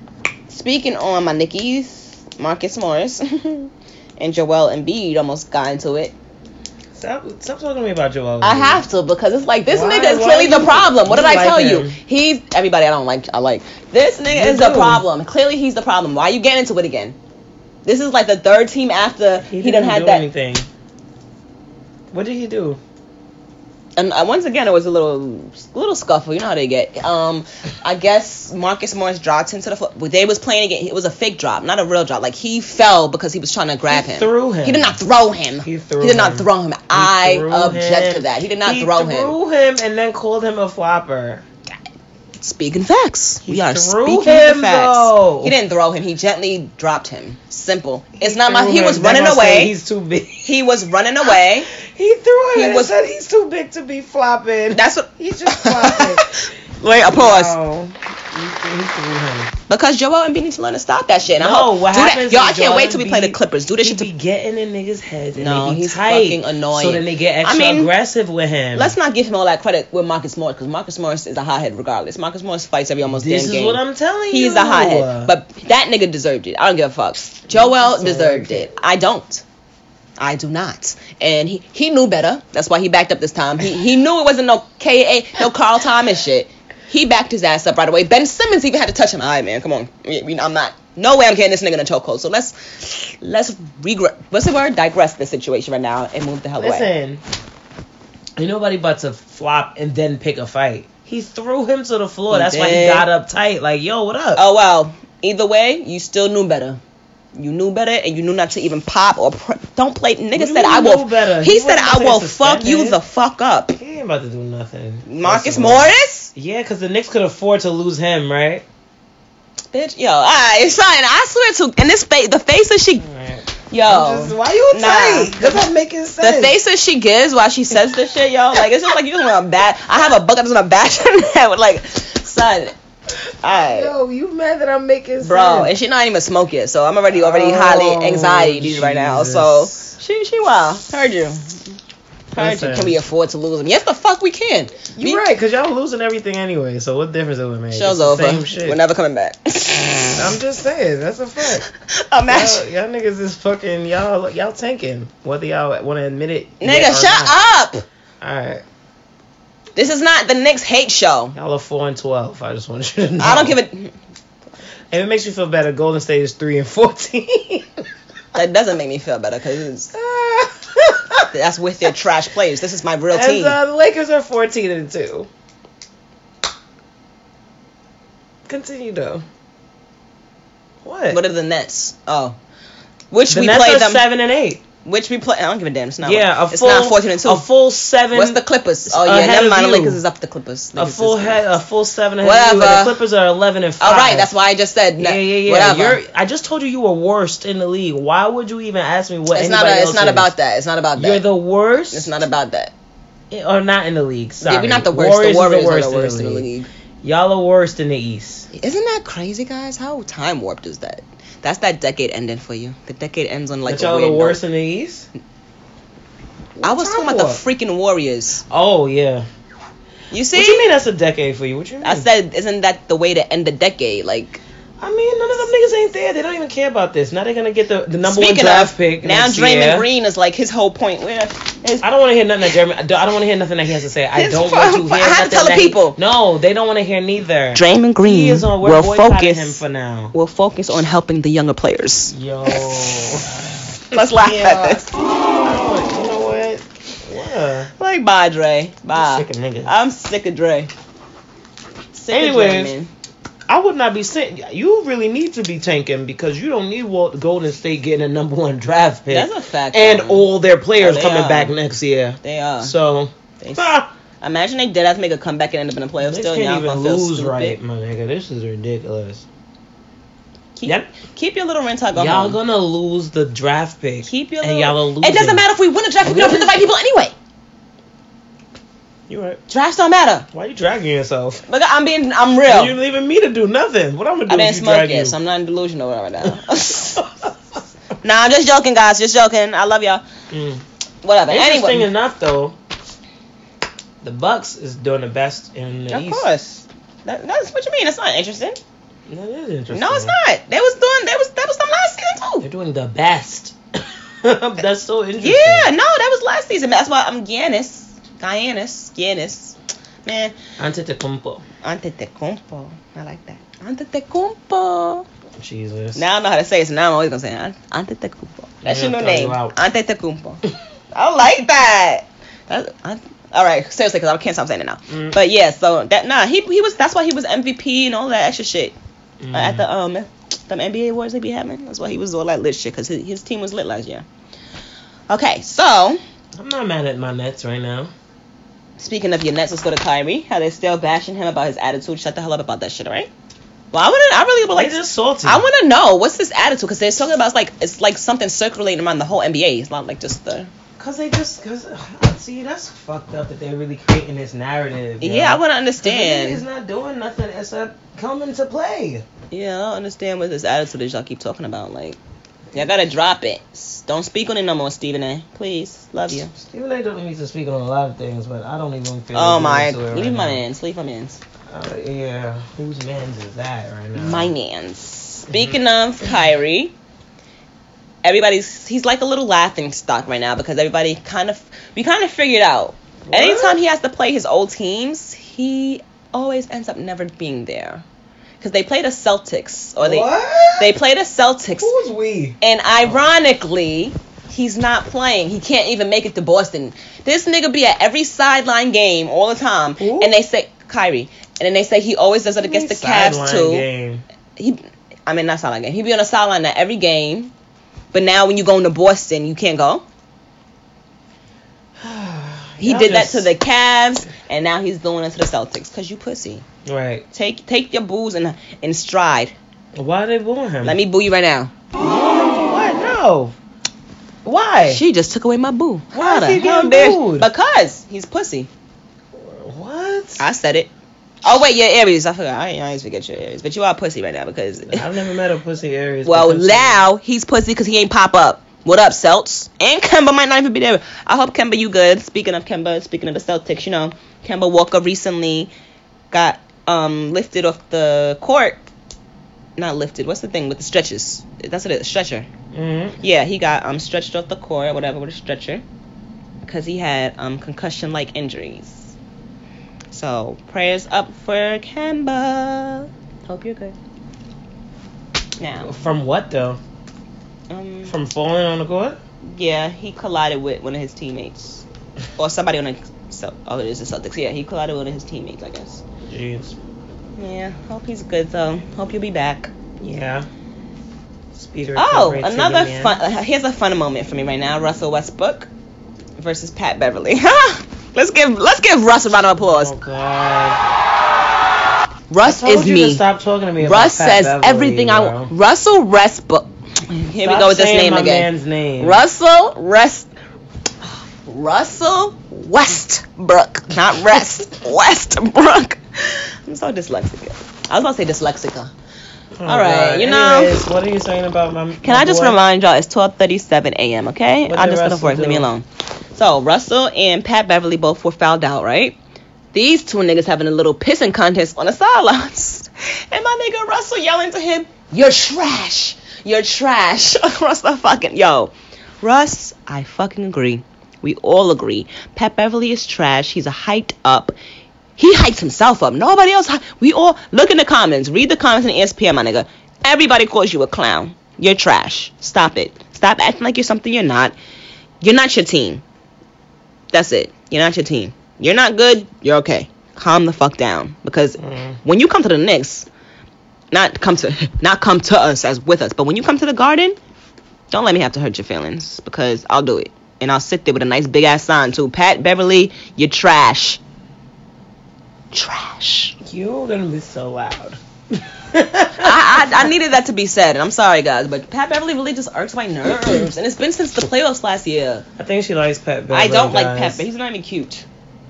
S1: Speaking on my Nickies, Marcus Morris (laughs) and Joel Embiid almost got into it.
S2: Stop. Stop talking to me about Joel.
S1: I have to because it's like this
S2: Mm-hmm. Why-
S1: nigga is
S2: why
S1: clearly
S2: you-
S1: the problem. What
S2: you
S1: did I
S2: like
S1: tell you?
S2: him?
S1: He's everybody I don't like. I like this nigga
S2: You
S1: is the
S2: do.
S1: problem. Clearly he's the problem. Why you getting into it again? This is like the third team after he,
S2: He,
S1: done
S2: didn't
S1: had
S2: do
S1: that.
S2: anything. What did he do?
S1: and uh, once again it was a little little scuffle. You know how they get. Um, I guess Marcus Morris dropped him to the foot. But they was playing again. It was a fake drop, not a real drop. Like he fell because he was trying to grab
S2: He
S1: him.
S2: threw him.
S1: He did not throw him.
S2: He threw
S1: He did not
S2: him.
S1: throw him.
S2: He
S1: I
S2: threw
S1: object
S2: him.
S1: to that. He did not
S2: He
S1: throw him.
S2: threw him and then called him a flopper.
S1: Speaking facts.
S2: He
S1: we are
S2: threw
S1: speaking
S2: him,
S1: the facts.
S2: though.
S1: He didn't throw him. He gently dropped him. Simple. It's not my.
S2: threw
S1: He
S2: him.
S1: was
S2: That
S1: running
S2: must say
S1: away.
S2: He's too big. (laughs)
S1: He was running away.
S2: He threw him.
S1: He
S2: and
S1: was-
S2: said he's too big to be flopping.
S1: That's what.
S2: (laughs) he's just
S1: (laughs)
S2: flopping.
S1: Wait, a pause.
S2: No, he, he threw him.
S1: Because Joel Embiid needs to learn to stop that shit. And I
S2: No,
S1: hope,
S2: what
S1: do that.
S2: happens?
S1: Yo,
S2: is
S1: I can't
S2: Joel
S1: wait till we play the
S2: Embiid-
S1: Clippers. Do this
S2: he
S1: shit
S2: be
S1: to.
S2: getting in niggas' heads. And
S1: No,
S2: they be
S1: he's
S2: tight.
S1: fucking annoying.
S2: So then they get extra
S1: I mean,
S2: aggressive with him.
S1: Let's not give him all that credit with Marcus Morris because Marcus Morris is a hothead regardless. Marcus Morris fights every almost
S2: This
S1: damn
S2: is
S1: game.
S2: what I'm telling you.
S1: He's a hothead, but that nigga deserved it. I don't give a fuck. Joel
S2: Deserved
S1: deserved
S2: it.
S1: it. I don't. I do not. And he, he knew better. That's why he backed up this time. He he knew it wasn't no K A no Carl Thomas shit. He backed his ass up right away. Ben Simmons even had to touch him. All right, man, come on. We- we- I'm not. No way I'm getting this nigga in a chokehold. So let's let's regret. What's the word? Digress this situation right now and move the hell away.
S2: listen, ain't nobody but to flop and then pick a fight. He threw him to the floor.
S1: He
S2: That's why he
S1: did.
S2: got up tight. Like, yo, what up?
S1: Oh well. Either way, you still knew better. You knew better, and you knew not to even pop or pr- don't play. Nigga
S2: you
S1: said
S2: mean
S1: I
S2: knew
S1: will.
S2: better?
S1: He
S2: He
S1: said
S2: wasn't
S1: I
S2: saying
S1: will fuck you
S2: suspended.
S1: the fuck up.
S2: He ain't about to do nothing.
S1: Marcus
S2: First of all.
S1: Morris,
S2: Yeah, because the Knicks could afford to lose him, right?
S1: bitch, yo, all right, son, I swear to, and this face, the face that she,
S2: All right.
S1: yo,
S2: Just- why you
S1: Nah.
S2: tight? Does that make sense?
S1: the face that she gives while she says this shit, yo, like it's just like you just want to bat. I have a book, I just want to (laughs) bash her in the head with like, son, all right.
S2: Yo, you mad that I'm making
S1: Bro, and
S2: sense?
S1: she not even smoke yet, so I'm already already
S2: Oh,
S1: highly anxiety these right now. So
S2: Jesus.
S1: she she wild. Heard you. Heard you.
S2: Listen.
S1: Can we afford to lose him? Yes, the fuck we can.
S2: You're right, because y'all losing everything anyway. So what difference it would make? It's
S1: Show's
S2: the
S1: over.
S2: Same shit.
S1: We're never coming back.
S2: (laughs) I'm just saying, that's
S1: (laughs)
S2: a fact. Y'all,
S1: Imagine.
S2: y'all niggas is fucking y'all y'all tanking. Whether y'all want to admit it.
S1: Nigga, shut up.
S2: All right,
S1: This is not the next hate show.
S2: y'all are four and twelve. I just want you to know.
S1: I don't give a.
S2: If it makes you feel better, Golden State is three and (laughs) fourteen.
S1: That doesn't make me feel better because that's with their trash players. This is my real
S2: And
S1: team.
S2: uh, the Lakers are fourteen and two. Continue though. What?
S1: What are the Nets? Oh, which
S2: the
S1: we
S2: Nets
S1: play
S2: are
S1: them.
S2: seven and eight.
S1: Which we play. I don't give a damn. It's not.
S2: yeah, a
S1: it's
S2: full
S1: not fourteen and two.
S2: A full seven.
S1: What's the Clippers? Oh yeah,
S2: ahead
S1: never
S2: of
S1: mind. The
S2: you.
S1: Lakers is up the Clippers.
S2: a
S1: Lakers
S2: full
S1: is-
S2: head, a full seven ahead of you, and
S1: Whatever.
S2: the Clippers are eleven and five.
S1: All right, that's why I just said.
S2: Yeah, yeah, yeah.
S1: Whatever.
S2: You're, I just told you you were worst in the league. Why would you even ask me what
S1: it's not.
S2: anybody
S1: A,
S2: else
S1: it's not
S2: is?
S1: about that. It's not about that.
S2: You're the worst.
S1: It's not about that.
S2: or not in the league. Sorry,
S1: Yeah, we're not the worst.
S2: Warriors
S1: the Warriors
S2: is
S1: are the worst in the league.
S2: Y'all are worst in the East.
S1: Isn't that crazy, guys? How time warped is that? That's that decade ending for you. The decade ends on like
S2: but
S1: a
S2: y'all
S1: weird
S2: the worst
S1: note.
S2: in the East.
S1: I was
S2: Time
S1: talking about the
S2: warp.
S1: freaking Warriors.
S2: Oh yeah.
S1: You see?
S2: What you mean that's a decade for you? What you mean?
S1: I said, isn't that the way to end the decade? Like,
S2: I mean, none of them niggas ain't there. They don't even care about this. Now they're gonna get the, the number
S1: speaking
S2: one draft
S1: of,
S2: pick.
S1: now
S2: next
S1: Draymond
S2: year.
S1: Green is like his whole point. Where his,
S2: I don't want to hear nothing that Jeremy. I don't- I don't want to hear nothing that he has to say. I
S1: His
S2: don't
S1: fu-
S2: want to
S1: (laughs)
S2: hear.
S1: I had to
S2: nothing
S1: tell the
S2: that he-
S1: people.
S2: no, they don't want to hear neither.
S1: Draymond
S2: He
S1: Green
S2: is on. We're
S1: will
S2: boycotting him
S1: focus.
S2: for now.
S1: Will focus on helping the younger players. (laughs)
S2: Yo.
S1: Let's laugh
S2: Yeah.
S1: at this.
S2: Look, you know what? What?
S1: Like, bye, Dre. Bye.
S2: Sick of niggas.
S1: I'm sick of Dre. Sick
S2: Anyways.
S1: of Dre, man.
S2: I would not be sitting. You really need to be tanking because you don't need Walt Golden State getting a number one draft pick
S1: That's a fact.
S2: and
S1: man.
S2: all their players
S1: Oh, they
S2: coming
S1: are.
S2: back next year.
S1: They are.
S2: So,
S1: They-
S2: ah,
S1: Imagine they did have to make a comeback and end up in the playoffs.
S2: they
S1: Still, y'all
S2: can't even
S1: gonna feel
S2: lose
S1: stupid.
S2: right, my nigga. This is ridiculous.
S1: Keep,
S2: Yep.
S1: keep your little rent
S2: Y'all
S1: going. Y'all
S2: gonna lose the draft pick.
S1: keep your
S2: and
S1: little.
S2: y'all are losing.
S1: It doesn't matter if we win a draft. if We don't put the right people anyway.
S2: You right?
S1: Drafts don't matter.
S2: Why you dragging yourself?
S1: Look, I'm being, I'm
S2: Yo. You
S1: real.
S2: leaving me to do nothing. What I'm gonna do?
S1: I didn't
S2: is you
S1: smoke
S2: drag
S1: yet,
S2: you.
S1: so I'm (laughs) not in delusional right
S2: (laughs)
S1: now. nah, I'm just joking, guys. Just joking. I love y'all.
S2: Mm.
S1: Whatever.
S2: Interesting
S1: Anyway,
S2: enough, though, the Bucks is doing the best in the
S1: of
S2: East.
S1: course. That, that's what you mean. It's not interesting.
S2: That is interesting.
S1: No, it's not. They was doing. They was. That was them last season
S2: They're
S1: too.
S2: doing the best. (laughs) That's so interesting.
S1: Yeah. No, that was last season. That's why I'm Giannis. Giannis. Giannis. Man,
S2: Antetokounmpo.
S1: Antetokounmpo. I like that. Antetokounmpo.
S2: Jesus.
S1: Now I know how to say it, so now I'm always gonna say it. Antetokounmpo. That's your
S2: Yeah,
S1: new
S2: throw you
S1: name.
S2: out.
S1: Antetokounmpo.
S2: Mm.
S1: I like that. That's, I, all right, seriously, because I can't stop saying it now.
S2: Mm.
S1: But yeah, so that nah, he he was that's why he was MVP and all that extra shit
S2: Mm.
S1: Uh, at the um the NBA awards they be having. That's why he was all that lit shit because his, his team was lit last year. Okay, so
S2: I'm not mad at my Nets right now.
S1: Speaking of your Nets, let's go to Kyrie. How they're still bashing him about his attitude. Shut the hell up about that shit, all right? Well, I want to. I really would
S2: Like,
S1: like.
S2: they just salty.
S1: I want to know what's this attitude because they're talking about it's like it's like something circulating around the whole NBA. It's not like just the.
S2: Cause they just, cause (sighs) see, that's fucked up that they're really creating this narrative.
S1: Yeah,
S2: yo.
S1: I want to
S2: He's
S1: understand.
S2: not doing nothing except coming to play.
S1: Yeah, I don't understand what this attitude is y'all keep talking about. Like, y'all gotta drop it. S- Don't speak on it no more, Stephen A. Please, love you.
S2: Stephen A. don't need to speak on a lot of things, but I don't even feel.
S1: Oh
S2: good
S1: my,
S2: to it
S1: leave
S2: right
S1: my
S2: now.
S1: mans, leave my mans,
S2: Uh, yeah, whose man's is that right now?
S1: my mans. Speaking of Kyrie. Everybody's he's like a little laughing stock right now because everybody kind of we kind of figured out
S2: What?
S1: Anytime he has to play his old teams, he always ends up never being there. Because they play the Celtics, or they
S2: What?
S1: they play the Celtics,
S2: Who's we?
S1: and ironically, he's not playing. He can't even make it to Boston. This nigga be at every sideline game all the time,
S2: Who?
S1: and they say Kyrie, and then they say he always does it against the Cavs
S2: Sideline
S1: too.
S2: game.
S1: He, I mean, not sideline game. He be on the sideline at every game. But now when you going to Boston, you can't go. (sighs) He
S2: Y'all
S1: did
S2: just-
S1: that to the Cavs, and now he's doing it to the Celtics. Cause you pussy.
S2: (sighs) Right.
S1: Take take your booze in in stride.
S2: Why are they booing him?
S1: Let me boo you right now.
S2: What? No. Why?
S1: She just took away my boo.
S2: Why is
S1: the
S2: he
S1: hell
S2: getting
S1: dare-
S2: booed?
S1: Because he's pussy.
S2: what?
S1: I said it. Oh wait, yeah, Aries. I forgot. I, I always forget your Aries, but you are pussy right now because.
S2: I've
S1: (laughs)
S2: never met a pussy Aries.
S1: well,
S2: but I'm
S1: now he's pussy because he ain't pop up. What up, Celts? And Kemba might not even be there. I hope Kemba, you good. Speaking of Kemba, speaking of the Celtics, you know, Kemba Walker recently got um lifted off the court. Not lifted. What's the thing with the stretches? That's what it is. Stretcher.
S2: saying. Mhm.
S1: Yeah, he got um stretched off the court or whatever with a stretcher because he had um concussion like injuries. So prayers up for Kemba. Hope you're good. Now,
S2: From what though?
S1: um,
S2: From falling on the court?
S1: yeah, he collided with one of his teammates or somebody on the so oh it is the Celtics. Yeah, he collided with one of his teammates, I guess.
S2: Jeez.
S1: Yeah, hope he's good though. Hope you'll be back.
S2: Yeah. Speed
S1: Oh,
S2: recovery to the
S1: another
S2: man.
S1: fun. uh, Here's a fun moment for me right now: Russell Westbrook versus Pat Beverly. (laughs) let's give Let's give Russ a round of applause.
S2: Oh God.
S1: Russ
S2: I told
S1: is
S2: you To
S1: me.
S2: stop talking to me about
S1: Russ
S2: Pat
S1: says
S2: Beverly,
S1: everything I
S2: bro.
S1: want. Russell Westbrook. Here we
S2: Stop
S1: go with this
S2: saying
S1: name
S2: my
S1: again.
S2: Man's name.
S1: Russell Rest. Russell Westbrook, not Rest (laughs) Westbrook. I'm so dyslexic. I was about to say dyslexica.
S2: Oh,
S1: All right,
S2: God.
S1: you know-
S2: Anyways, what are you saying about my?
S1: Can
S2: my
S1: I just
S2: boy?
S1: remind y'all it's 12:37 a.m. Okay,
S2: What
S1: I'm
S2: did
S1: just gonna
S2: Russell
S1: work. Leave me
S2: do?
S1: alone. So Russell and Pat Beverly both were fouled out, right? These two niggas having a little pissing contest on the sidelines, (laughs) and my nigga Russell yelling to him, "You're trash! You're trash!" (laughs) across the fucking yo, Russ. I fucking agree. We all agree. Pat Beverly is trash. He's a hyped up. He hyped himself up. Nobody else. hy- We all look in the comments. Read the comments E and ESPN, my nigga. Everybody calls you a clown. You're trash. Stop it. Stop acting like you're something you're not. You're not your team. That's it. You're not your team. You're not good. You're okay. Calm the fuck down because
S2: Mhm.
S1: when you come to the Knicks, not come to not come to us as with us, but when you come to the Garden, don't let me have to hurt your feelings because I'll do it and I'll sit there with a nice big ass sign too. Pat Beverly, you're trash. Trash.
S2: You're gonna be so loud.
S1: I,
S2: (laughs)
S1: I I needed that to be said, and I'm sorry guys, but Pat Beverly really just irks my nerves, and it's been since the playoffs last year.
S2: I think she likes Pat Beverly.
S1: I don't like Pat,
S2: guys.
S1: but he's not even cute.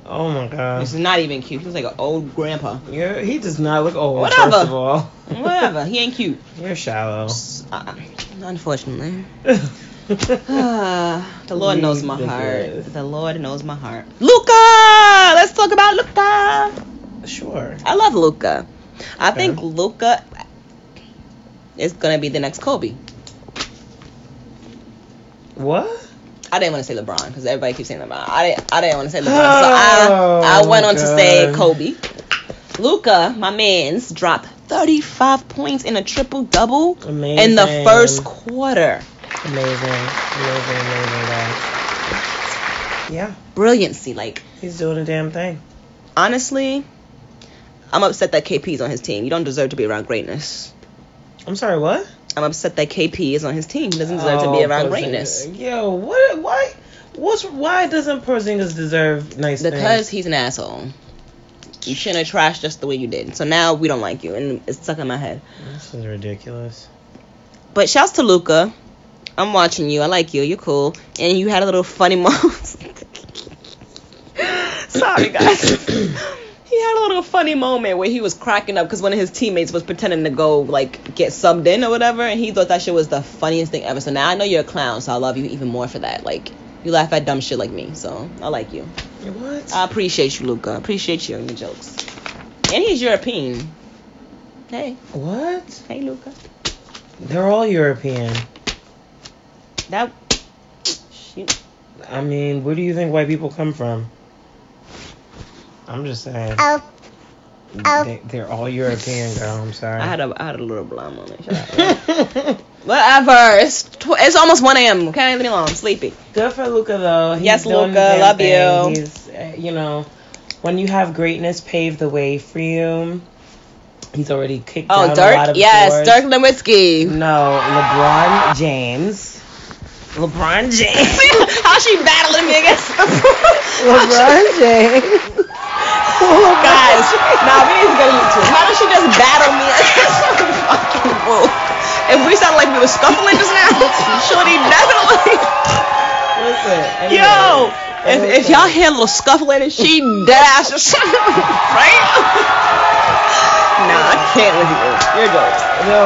S2: Oh my God.
S1: He's not even cute. He looks like an old grandpa.
S2: You're, he does not look old.
S1: Whatever.
S2: First of all,
S1: Whatever. He ain't cute.
S2: (laughs)
S1: (sighs)
S2: You're shallow. (laughs)
S1: Uh, unfortunately.
S2: All
S1: (sighs) the Lord knows my
S2: Ridiculous.
S1: heart. The Lord knows my heart. Luca! Let's talk about Luca.
S2: Sure.
S1: I love Luca. I
S2: Okay.
S1: think Luca is gonna be the next Kobe.
S2: What?
S1: I didn't want to say LeBron because everybody keeps saying LeBron. I didn't, I didn't want to say LeBron, so I I
S2: Oh,
S1: went on to say
S2: God.
S1: Kobe. Luca, my man's, dropped 35 points in a triple double
S2: Amazing.
S1: in the first quarter.
S2: Amazing. Amazing. Amazing. Guys. Yeah,
S1: Brilliancy, like
S2: he's doing a damn thing.
S1: honestly, I'm upset that KP's on his team. You don't deserve to be around greatness.
S2: I'm sorry. What?
S1: I'm upset that KP is on his team. He doesn't deserve to be
S2: Oh,
S1: around
S2: Porzingis.
S1: greatness.
S2: Yo, what? Why? What's why doesn't Porzingis deserve nice
S1: Because
S2: things?
S1: he's an asshole. You shouldn't have trashed us the way you did. So now we don't like you, and it's stuck in my head.
S2: This is ridiculous.
S1: But shouts to Luca. I'm watching you. I like you. You're cool. And you had a little funny (laughs) moment. Sorry, guys. he had a little funny moment where he was cracking up because one of his teammates was pretending to go, like, get subbed in or whatever. And he thought that shit was the funniest thing ever. So now I know you're a clown, so I love you even more for that. Like, you laugh at dumb shit like me. So I like you.
S2: What?
S1: I appreciate you, Luca. Appreciate you and your jokes. And he's European. Hey,
S2: what?
S1: hey, Luca.
S2: They're all European.
S1: That. Shoot.
S2: I mean, where do you think white people come from? I'm just saying.
S1: Oh,
S2: They, they're all European, girl. I'm sorry.
S1: I
S2: (laughs)
S1: had a I had a little blonde moment. Shut up. Whatever. It's tw- it's almost 1 a.m. Okay, leave me alone. I'm sleepy.
S2: Good for Luca though. He's
S1: Yes, Luka,
S2: doing his damn
S1: love
S2: thing.
S1: you.
S2: eh, He's, uh, you know, when you have greatness pave the way for you, He's already kicked
S3: Oh,
S2: down a lot
S3: Dirk?
S2: of
S3: Yes,
S2: doors.
S3: Dirk Nowitzki.
S2: (laughs) No, LeBron James. LeBron James.
S1: How she battling me against
S2: (laughs)
S3: LeBron James.
S1: (laughs) Oh, guys? Nah, we need to get into it. Why don't she just battle me against the fucking wall? If we sound like we were scuffling just now, (laughs) Shorty definitely.
S2: Listen. anyway.
S1: Yo, if, if y'all hear a little scuffling and she dead ass just (laughs) right? Nah, I can't with you.
S2: Here goes. No.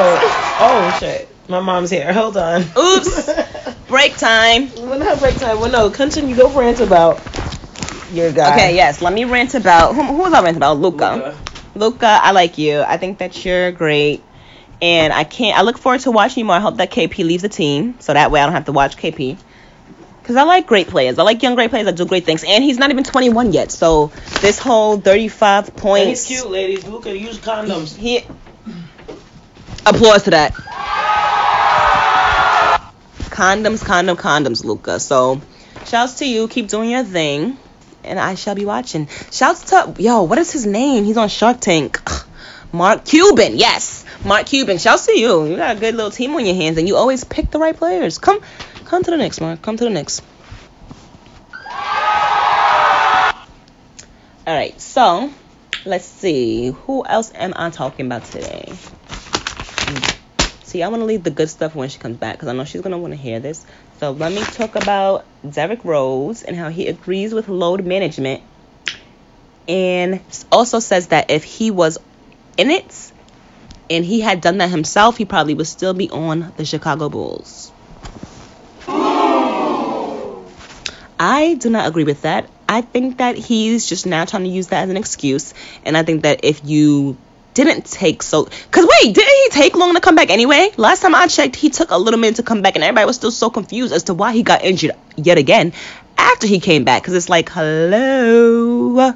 S2: Oh shit. My mom's here. Hold on. (laughs)
S1: Oops. Break time.
S2: We're not break time. Well, no. Continue. Go rant about your guy.
S1: Okay, yes. Let me rant about who, who was I rant about? Luca. Luca, I like you. I think that you're great. And I can't. I look forward to watching you more. I hope that KP leaves the team, so that way I don't have to watch KP. Because I like great players. I like young great players that do great things. And he's not even 21 yet, so this whole 35
S2: And
S1: points.
S2: He's cute, ladies. Luca, use condoms.
S1: He. Applause to that. Condoms, condom, condoms, Luca. So, shouts to you. Keep doing your thing, and I shall be watching. Shouts to yo. What is his name? He's on Shark Tank. Ugh. Mark Cuban. Yes, Mark Cuban. Shouts to you. You got a good little team on your hands, and you always pick the right players. Come, come to the next, Mark. Come to the next. All right. So, let's see who else am i talking about today see i want to leave the good stuff when she comes back because i know she's going to want to hear this so let me talk about derek rose and how he agrees with load management and also says that if he was in it and he had done that himself he probably would still be on the chicago bulls I do not agree with that. I think that he's just now trying to use that as an excuse, and I think that if you didn't take so, cause wait, didn't he take long to come back anyway? Last time I checked, he took a little minute to come back, and everybody was still so confused as to why he got injured yet again after he came back. Cause it's like, hello,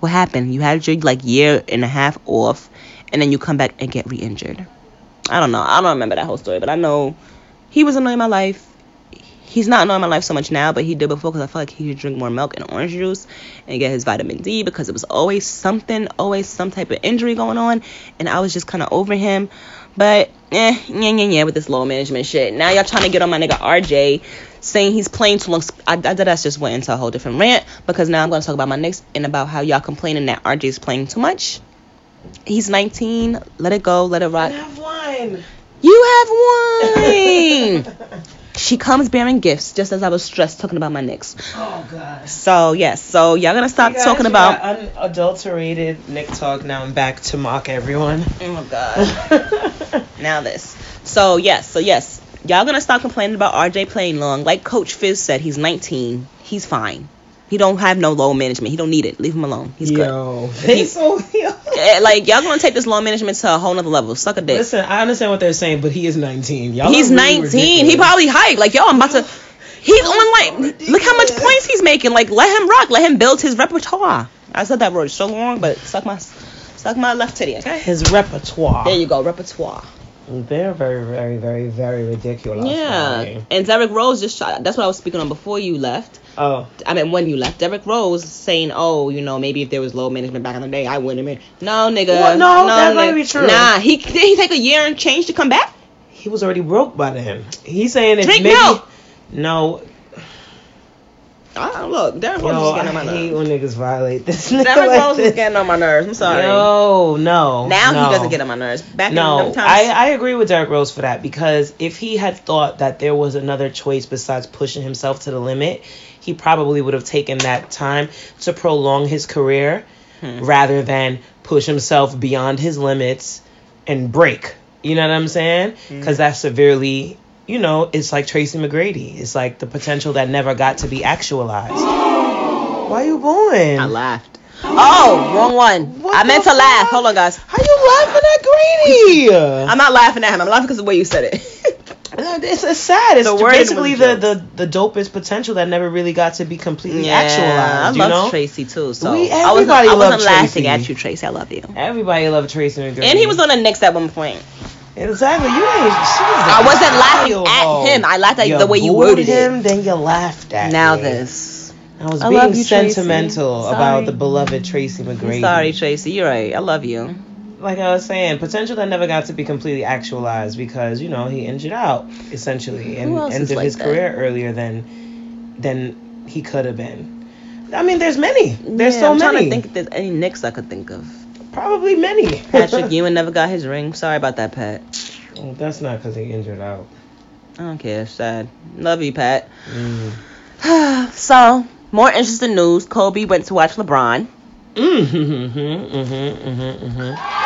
S1: what happened? You had your like year and a half off, and then you come back and get re-injured. I don't know. I don't remember that whole story, but I know he was annoying my life he's not annoying my life so much now, but he did before because I felt like he should drink more milk and orange juice and get his vitamin D because it was always something, always some type of injury going on, and I was just kind of over him. But eh, yeah, yeah, yeah, with this low management shit. Now y'all trying to get on my nigga RJ, saying he's playing too long. I, I that's just went into a whole different rant because now I'm gonna talk about my next and about how y'all complaining that RJ's playing too much. He's 19. Let it go. Let it
S2: I
S1: rock.
S2: have wine.
S1: You
S2: (laughs)
S1: have wine. (laughs) She comes bearing gifts, just as I was stressed talking about my nicks.
S2: oh gosh.
S1: So yes, so y'all gonna stop
S2: Guys,
S1: talking
S2: we
S1: about.
S2: got unadulterated Nick talk. Now I'm back to mock everyone.
S1: oh my god. (laughs) now this. So yes, so yes, y'all gonna stop complaining about RJ playing long. Like Coach Fizz said, he's 19. He's fine. He don't have no low management. He don't need it. Leave him alone. He's good.
S2: (laughs) Yo, they so yo.
S1: Eh, Like y'all gonna take this low management to a whole nother level. Suck a dick.
S2: Listen, I understand what they're saying, but he is 19. Y'all
S1: He's
S2: are really
S1: 19. He
S2: ridiculous.
S1: probably hyped. Like, yo, I'm about to. He's on like, look how much
S2: ridiculous.
S1: points he's making. Like, let him rock. Let him build his repertoire. I said that word so long, but suck my, suck my left titty. Okay.
S2: his repertoire.
S1: There you go, repertoire.
S2: They're very, very, very, very ridiculous.
S1: Yeah.
S2: Friday.
S1: And Derek Rose just shot. That's what I was speaking on before you left.
S2: Oh,
S1: I mean, when you left, Derek Rose saying, "Oh, you know, maybe if there was low management back in the day, I wouldn't have been." No, nigga.
S2: Well, no, that
S1: nigga.
S2: might be true.
S1: Nah, he did he take a year and change to come back?
S2: he was already broke by then. He's saying if
S1: Drink
S2: maybe
S1: milk.
S2: no,
S1: I don't look. Derek Rose
S2: yo,
S1: is getting on
S2: I
S1: my
S2: hate (laughs)
S1: nerves.
S2: when niggas violate this.
S1: Derek
S2: like
S1: Rose
S2: this.
S1: is getting on my nerves. I'm sorry.
S2: No, no.
S1: Now
S2: no.
S1: he doesn't get on my nerves. Back in
S2: No,
S1: them times,
S2: I, I agree with Derek Rose for that because if he had thought that there was another choice besides pushing himself to the limit, he probably would have taken that time to prolong his career
S1: Hmm.
S2: rather than push himself beyond his limits and break. You know what I'm saying?
S1: Hmm.
S2: Because that's severely, you know, it's like Tracy McGrady. It's like the potential that never got to be actualized. Why you booing?
S1: I laughed. Oh, wrong one.
S2: What
S1: I meant to
S2: the
S1: laugh.
S2: fuck?
S1: Hold on, guys.
S2: How you laughing at
S1: (laughs)
S2: Grady?
S1: I'm not laughing at him. I'm laughing because of the way you said it.
S2: Uh, It's, it's sad. It's
S1: The word
S2: basically
S1: was
S2: the,
S1: jokes.
S2: the the dopest potential that never really got to be completely
S1: yeah, I
S2: actualized. You
S1: love
S2: know,
S1: Tracy too. So
S2: We-
S1: I wasn't, I
S2: everybody
S1: wasn't
S2: loved
S1: laughing
S2: Tracy.
S1: at you, Tracy. I love you.
S2: everybody loved Tracy McGrady.
S1: And he was on the Knicks at one point.
S2: exactly. You ain't. She
S1: I wasn't laughing
S2: was
S1: at him. I laughed at
S2: you
S1: the way you
S2: booed
S1: worded
S2: him,
S1: it.
S2: then you laughed at.
S1: Now
S2: me.
S1: this.
S2: I was
S1: I love
S2: being
S1: you, Tracy.
S2: sentimental
S1: Sorry.
S2: about the beloved Tracy McGrady.
S1: I'm sorry, Tracy. You're right. I love you.
S2: like I was saying, potential that never got to be completely actualized because you know he injured out essentially and
S1: else is
S2: ended
S1: like
S2: his
S1: that?
S2: career earlier than than he could have been. I mean, there's many. There's
S1: Yeah,
S2: so
S1: I'm
S2: many.
S1: trying to think if there's any Knicks I could think of.
S2: Probably many. (laughs)
S1: Patrick Ewing never got his ring. Sorry about that, Pat.
S2: Well, that's not because he injured out.
S1: I don't care. Sad. Love you, Pat.
S2: Mm.
S1: (sighs) so, more interesting news. Kobe went to watch LeBron.
S2: Mm-hmm, mm-hmm, mm-hmm, mm-hmm.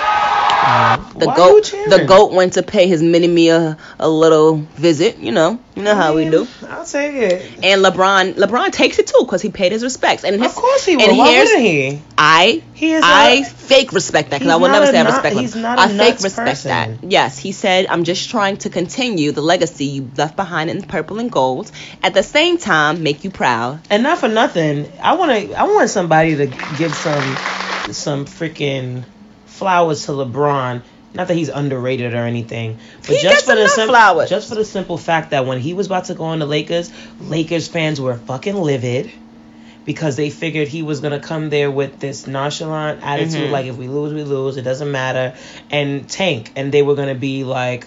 S1: The goat. The goat went to pay his mini me a, a little visit. You know. You know how we do.
S2: I'll take it.
S1: And LeBron, LeBron takes it too because he paid his respects. And his,
S2: of course he
S1: and
S2: will. Why
S1: here's-
S2: wouldn't he?
S1: I
S2: He is
S1: I
S2: a-
S1: fake respect that because I
S2: He's
S1: will
S2: not
S1: never
S2: a
S1: say I
S2: nut-
S1: respect
S2: he's
S1: him.
S2: not a
S1: I fake
S2: nuts
S1: respect
S2: person.
S1: that. Yes, he said, I'm just trying to continue the legacy you left behind in purple and gold. At the same time, make you proud.
S2: And not for nothing. I want to. I want somebody to give some some freaking flowers to LeBron. Not that he's underrated or anything, but
S1: He
S2: just
S1: gets
S2: for the
S1: enough flowers.
S2: just for the simple fact that when he was about to go on the Lakers, Lakers fans were fucking livid because they figured he was gonna come there with this nonchalant attitude,
S1: Mhm.
S2: like if we lose, we lose, it doesn't matter, and tank, and they were gonna be like,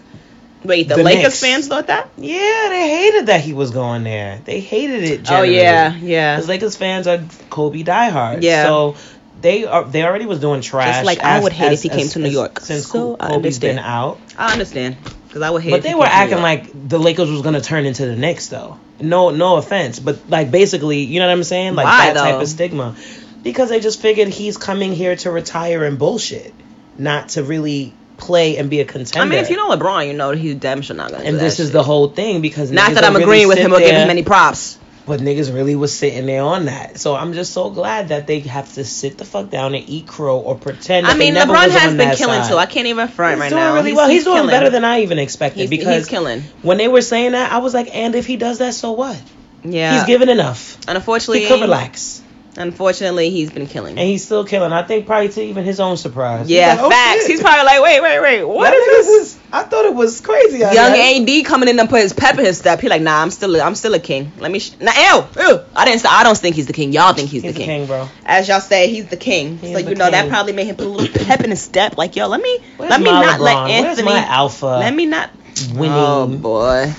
S1: Wait, the,
S2: The
S1: Lakers
S2: Knicks.
S1: fans thought that?
S2: yeah, they hated that he was going there. They hated it. Generally.
S1: Oh yeah, yeah.
S2: Because Lakers fans are Kobe diehards.
S1: Yeah.
S2: So they are. They already was doing trash.
S1: like I would hate if he came to New York.
S2: Since
S1: So I
S2: Kobe's been
S1: understand.
S2: out,
S1: I understand because I would hate.
S2: but
S1: if
S2: they
S1: he
S2: were
S1: came to New
S2: acting
S1: York.
S2: like the Lakers was gonna turn into the Knicks, though. No, no offense, but like basically, you know what I'm saying? Like
S1: Why,
S2: that type
S1: though?
S2: of stigma, because they just figured he's coming here to retire and bullshit, not to really play and be a contender.
S1: I mean, if you know LeBron, you know he's damn sure not gonna. do
S2: And this
S1: that
S2: is
S1: shit.
S2: the whole thing because
S1: Not
S2: niggas
S1: that
S2: will
S1: I'm
S2: really
S1: agreeing with
S2: sit
S1: him or giving
S2: there-
S1: him any props.
S2: but niggas really was sitting there on that. So I'm just so glad that they have to sit the fuck down and eat crow or pretend.
S1: I
S2: that they
S1: mean,
S2: never
S1: LeBron
S2: was
S1: has
S2: on
S1: been
S2: that
S1: killing
S2: side.
S1: too. I can't even front
S2: he's
S1: right
S2: doing
S1: now.
S2: really
S1: He's-
S2: well. He's,
S1: he's
S2: doing
S1: killing.
S2: better than I even expected
S1: He's-
S2: because
S1: he's killing.
S2: When they were saying that, I was like, and if he does that, so what?
S1: Yeah.
S2: He's given enough.
S1: Unfortunately,
S2: He could relax,
S1: Unfortunately, he's been killing.
S2: and he's still killing. I think probably to even his own surprise.
S1: Yeah,
S2: He's like, oh,
S1: facts.
S2: shit.
S1: He's probably like, wait, wait, wait. What
S2: That
S1: is
S2: nigga
S1: this?
S2: was- I thought it was crazy. out
S1: Young
S2: here.
S1: AD coming in and put his pep in his step. He like, nah, I'm still, a, I'm still a king. Let me. Sh- nah, ew, ew. I didn't. say- I don't think he's the king. Y'all think he's,
S2: He's
S1: the king.
S2: bro.
S1: As y'all say, he's the king.
S2: He's
S1: so
S2: the
S1: you know that
S2: king.
S1: probably made him put a little (clears throat) pep in his step. Like, yo, let me,
S2: Where's
S1: let me
S2: my
S1: not
S2: LeBron?
S1: let
S2: Where's
S1: Anthony.
S2: my alpha
S1: let me not.
S2: winning,
S1: Oh boy.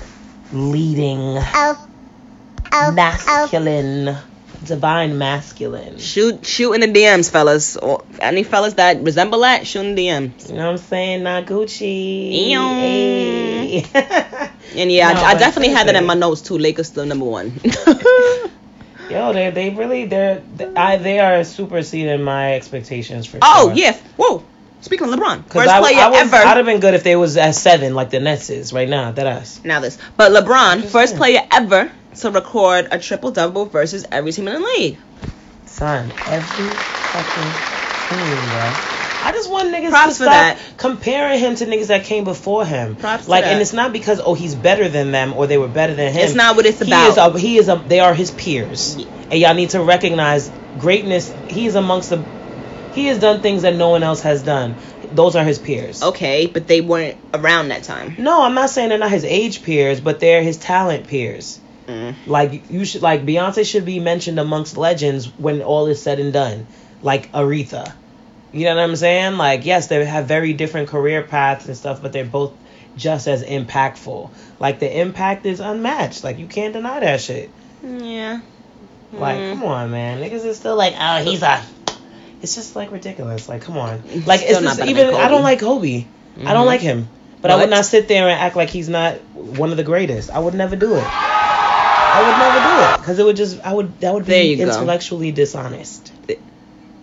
S2: leading. masculine, divine masculine.
S1: Shoot, shoot in the DMs, fellas. Or any fellas that resemble that, shoot in the DMs.
S2: You know what I'm saying? Not Gucci.
S1: Ew.
S2: Hey. (laughs)
S1: And yeah,
S2: No,
S1: I, I
S2: but
S1: definitely had that in
S2: seriously.
S1: my notes too. Lakers still number
S2: (laughs)
S1: one. (laughs) Oh,
S2: Yo, they they really they're they, I they are superseding my expectations for
S1: Oh
S2: sure.
S1: yeah. Whoa. Speaking of LeBron,
S2: Cause
S1: first
S2: I,
S1: player
S2: I was,
S1: ever.
S2: I'd have been good if they was at seven like the Nets is right now. That us.
S1: Now this, but LeBron, first
S2: Understand.
S1: player ever to record a triple double versus every team in the league.
S2: Son, every fucking team, bro. I just want niggas to
S1: Props for
S2: stop
S1: that.
S2: comparing him to niggas that came before him.
S1: Props to
S2: like,
S1: that.
S2: and it's not because oh he's better than them or they were better than him.
S1: It's not what it's
S2: he
S1: about.
S2: Is a, he is a. They are his peers,
S1: Yeah.
S2: and y'all need to recognize greatness. He is amongst the. He has done things that no one else has done. Those are his peers.
S1: Okay, but they weren't around that time.
S2: No, I'm not saying they're not his age peers, but they're his talent peers.
S1: Mm.
S2: Like you should like Beyonce should be mentioned amongst legends when all is said and done, like Aretha. You know what I'm saying? Like yes, they have very different career paths and stuff, but they're both just as impactful. Like the impact is unmatched. Like you can't deny that shit.
S1: Yeah.
S2: Like
S1: Mm.
S2: come on, man. Niggas is still like, oh, he's a. It's just like ridiculous. Like come on.
S1: He's
S2: Like it's
S1: still not
S2: just
S1: better
S2: even.
S1: than
S2: I don't
S1: Kobe.
S2: like Kobe. I don't
S1: Mhm.
S2: like him. But I
S1: What?
S2: would not sit there and act like he's not one of the greatest. I would never do it. I would never do it because it would just I would that would
S1: There
S2: be
S1: you go.
S2: intellectually dishonest.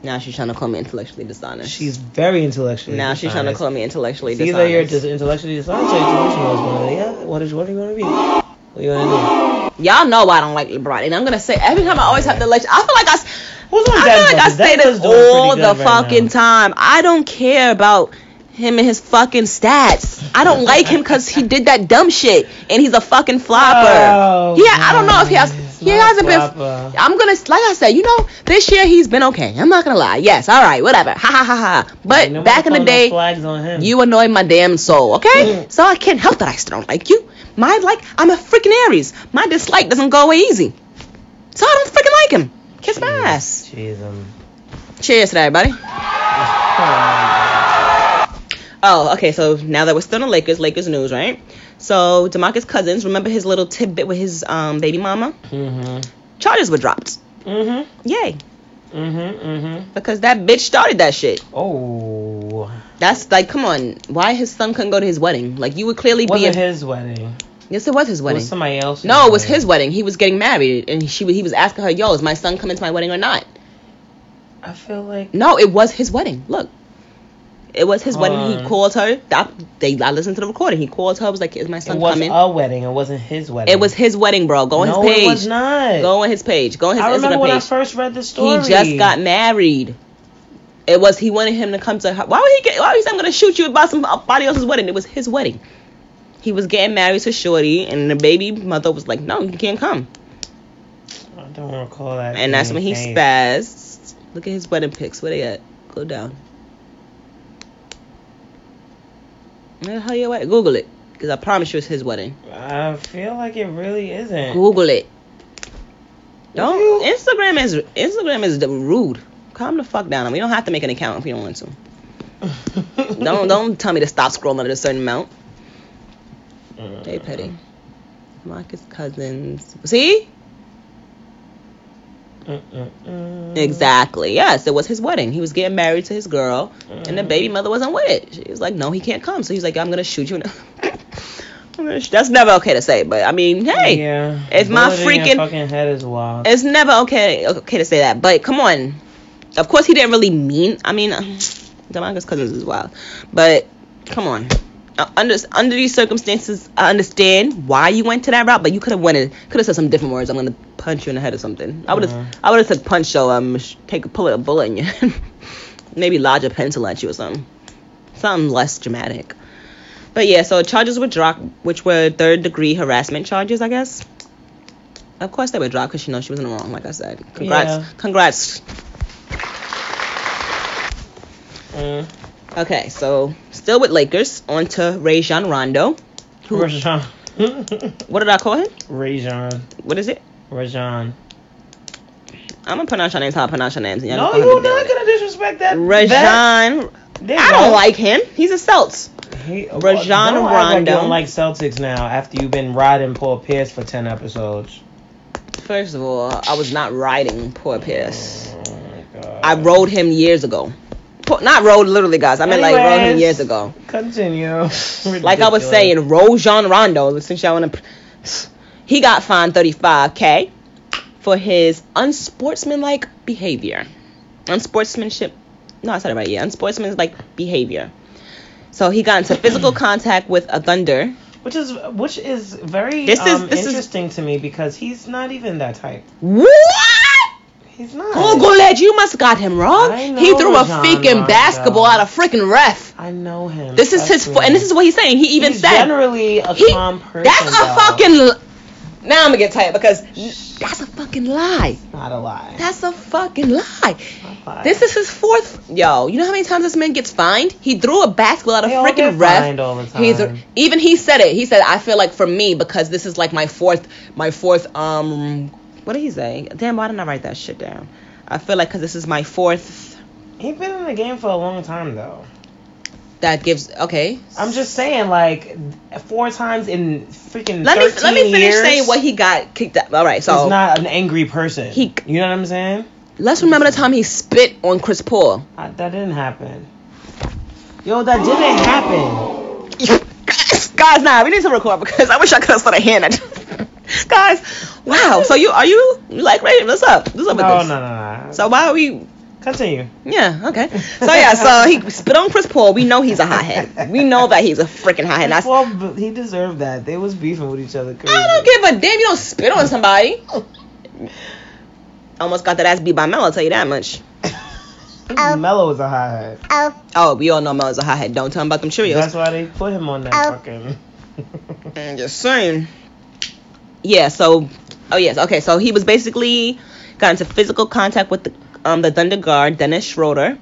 S1: Now she's trying to call me intellectually dishonest.
S2: She's very intellectually.
S1: now
S2: dishonest.
S1: she's trying to call me intellectually
S2: It's either
S1: dishonest.
S2: you're just intellectually dishonest or you're delusional. It's one or the other. What is what do you want to be? What do you want to do?
S1: Y'all know I don't like LeBron, and I'm gonna say every time I always have to let. you- I feel like I. s-
S2: Who's on
S1: I
S2: Denver?
S1: feel like I
S2: Because
S1: say
S2: Denver's
S1: this
S2: doing pretty
S1: all
S2: good
S1: the
S2: right
S1: fucking
S2: now.
S1: time. I don't care about him and his fucking stats. I
S2: (laughs)
S1: don't like him because he did that dumb shit and he's a fucking flopper.
S2: Oh,
S1: yeah, I don't know if he has.
S2: man, it's
S1: He
S2: not
S1: hasn't been.
S2: flopper.
S1: I'm gonna like I said, you know, this year he's been okay. I'm not gonna lie. Yes, all right, whatever. Ha ha ha ha. But
S2: Ain't nobody
S1: back in the
S2: calling no
S1: day,
S2: flags on Mm. him.
S1: you annoy my damn soul, okay? so I can't help that I still don't like you. My like, I'm a freaking Aries. My dislike doesn't go away easy. So I don't freaking like him. Kiss
S2: Mm.
S1: my ass.
S2: Jeez, um.
S1: Cheers to that, everybody.
S2: oh,
S1: Oh, okay. So now that we're still in the Lakers, Lakers news, right? So Demarcus Cousins, remember his little tidbit with his um, baby mama?
S2: Mm-hmm.
S1: Charges were dropped.
S2: Mm-hmm.
S1: Yay!
S2: Mm-hmm. Mm-hmm.
S1: Because that bitch started that shit.
S2: Oh.
S1: That's like, come on. Why his son couldn't go to his wedding? Like you would clearly be.
S2: Wasn't
S1: in-
S2: his wedding.
S1: yes, it was his
S2: It
S1: wedding.
S2: was somebody else.
S1: no, it was his wedding. He was getting married, and she he was asking her, "Yo, is my son coming to my wedding or not?"
S2: I feel like.
S1: No, it was his wedding. Look, it was his wedding. He
S2: Um,
S1: called her. I, they, I listened to the recording. He called her. Was like, "Is my son
S2: It was
S1: coming?"
S2: a wedding. It wasn't his wedding.
S1: It was his wedding, bro. Go on
S2: no,
S1: his page.
S2: it was not.
S1: Go on his page. Go on his
S2: I remember
S1: Instagram
S2: when I
S1: page.
S2: first read the story.
S1: He just got married. It was he wanted him to come to her. Why would he get? Why would he say I'm gonna shoot you about somebody else's wedding? It was his wedding. He was getting married to Shorty, and the baby mother was like, "No, you can't come."
S2: I don't recall that.
S1: And that's
S2: being
S1: when he
S2: made.
S1: spazzed. Look at his wedding pics. Where they at? Go down. Where the hell your wedding? Google it, because I promise you it's his wedding.
S2: I feel like it really isn't. (laughs)
S1: Google it. Don't
S2: You-
S1: Instagram is Instagram is the rude. Calm the fuck down. We don't have to make an account if you don't want to.
S2: (laughs)
S1: Don't don't tell me to stop scrolling at a certain amount. They
S2: Uh-huh.
S1: petty. Marcus Cousins. See?
S2: Mm-mm-mm.
S1: Exactly. Yes, it was his wedding. He was getting married to his girl, and the baby mother wasn't with it. She was like, "No, he can't come." So he's like, "I'm gonna shoot you." In the- (laughs) I'm gonna sh- That's never okay to say, but I mean, hey,
S2: yeah.
S1: if my
S2: Bullet in your
S1: freaking-
S2: fucking head is wild.
S1: it's never okay okay to say that. But come on, of course he didn't really mean. I mean, Demarcus Cousins is wild, but come on. Uh, Under under these circumstances, I understand why you went to that route, but you could have went and could have said some different words. I'm gonna punch you in the head or something. I would have
S2: Mhm.
S1: I would have said punch so um sh- take a pull a bullet in you, (laughs) maybe lodge a pencil at you or something, something less dramatic. But yeah, so charges were dropped, which were third degree harassment charges, I guess. Of course they were dropped because she knows she was in the wrong, like I said. Congrats.
S2: Yeah.
S1: Congrats.
S2: Mm.
S1: Okay, so still with Lakers, on to Rajon Rondo. Who,
S2: Rajon. (laughs)
S1: what did I call him?
S2: Rajon.
S1: What is it?
S2: Rajon.
S1: I'm gonna pronounce your names how I pronounce your names. And y'all
S2: No,
S1: gonna
S2: you're
S1: fucking deal
S2: not
S1: with it.
S2: gonna disrespect that. that-
S1: Rajon.
S2: They
S1: I
S2: wrong.
S1: don't like him. He's a Celt.
S2: He, Rajon
S1: Rajon
S2: don't act Like you
S1: Rondo.
S2: don't like Celtics now after you've been riding Paul Pierce for ten episodes.
S1: First of all, I was not riding poor Pierce.
S2: Oh my God.
S1: I rode him years ago. Po- Not rode literally, guys. I meant like rode him
S2: Anyways.
S1: years ago. (laughs)
S2: Continue.
S1: Like I was
S2: Ridiculous.
S1: saying, Rojan Rondo, since y'all wanna he got fined thirty five K for his unsportsmanlike behavior. Unsportsmanship no, I said it right, yeah. Unsportsmanlike behavior. So he got into physical contact with a thunder.
S2: which is which is very
S1: This is-
S2: um,
S1: this is-
S2: interesting to me because he's not even that type.
S1: What?
S2: He's not.
S1: Google it. You must got him wrong.
S2: I
S1: He
S2: know
S1: threw a
S2: Rajon
S1: freaking
S2: Rondo.
S1: basketball at a freaking ref.
S2: I know him.
S1: This is his,
S2: Trust
S1: fo-
S2: me.
S1: and this is what he's saying. He even
S2: he's
S1: said,
S2: generally a
S1: He-
S2: calm person.
S1: "That's a
S2: though.
S1: fucking." L- now I'm gonna get tight because that's a fucking lie.
S2: not a lie.
S1: That's a fucking lie.
S2: Not a lie.
S1: This is his fourth. Yo, you know how many times this man gets fined? He threw a basketball at a
S2: They all
S1: freaking
S2: get
S1: ref.
S2: fined all the
S1: He's a-
S2: time.
S1: even he said it. He said, "I feel like for me because this is like my fourth, my fourth um, what did he say? Damn, why didn't I write that shit down? I feel like because this is my fourth
S2: He's been in the game for a long time though.
S1: that gives okay.
S2: I'm just saying, like four times in freaking
S1: Let
S2: 13
S1: me let me finish
S2: years,
S1: saying what he got kicked out. All right, so
S2: He's not an angry person.
S1: He-
S2: you know what I'm saying?
S1: let's remember the time he spit on Chris Paul.
S2: I, that didn't happen. Yo, that didn't happen.
S1: guys, guys, nah, we need to record because I wish I could have started hearing that. (laughs) guys, wow. So you are you you like Ray? What's up? What's
S2: No,
S1: up with
S2: no,
S1: this?
S2: no, no.
S1: So why are we?
S2: continue.
S1: Yeah, okay. So yeah, so he spit on Chris Paul. We know he's a hothead. We know that he's a freaking hothead. And I, I
S2: Well, but he deserved that. They was beefing with each other. Crazy.
S1: don't give a damn. You don't spit on somebody. Almost got that ass beat by Mel. I'll tell you that much.
S2: Mello (laughs) Mello was a hot head.
S1: Oh, we all know Mel is a hothead. Don't tell him about them Cheerios.
S2: That's why they put him on that
S1: Oh.
S2: fucking.
S1: I'm just saying. Yeah, so oh yes, okay, so he was basically got into physical contact with the um the Thunder guard, Dennis Schroeder.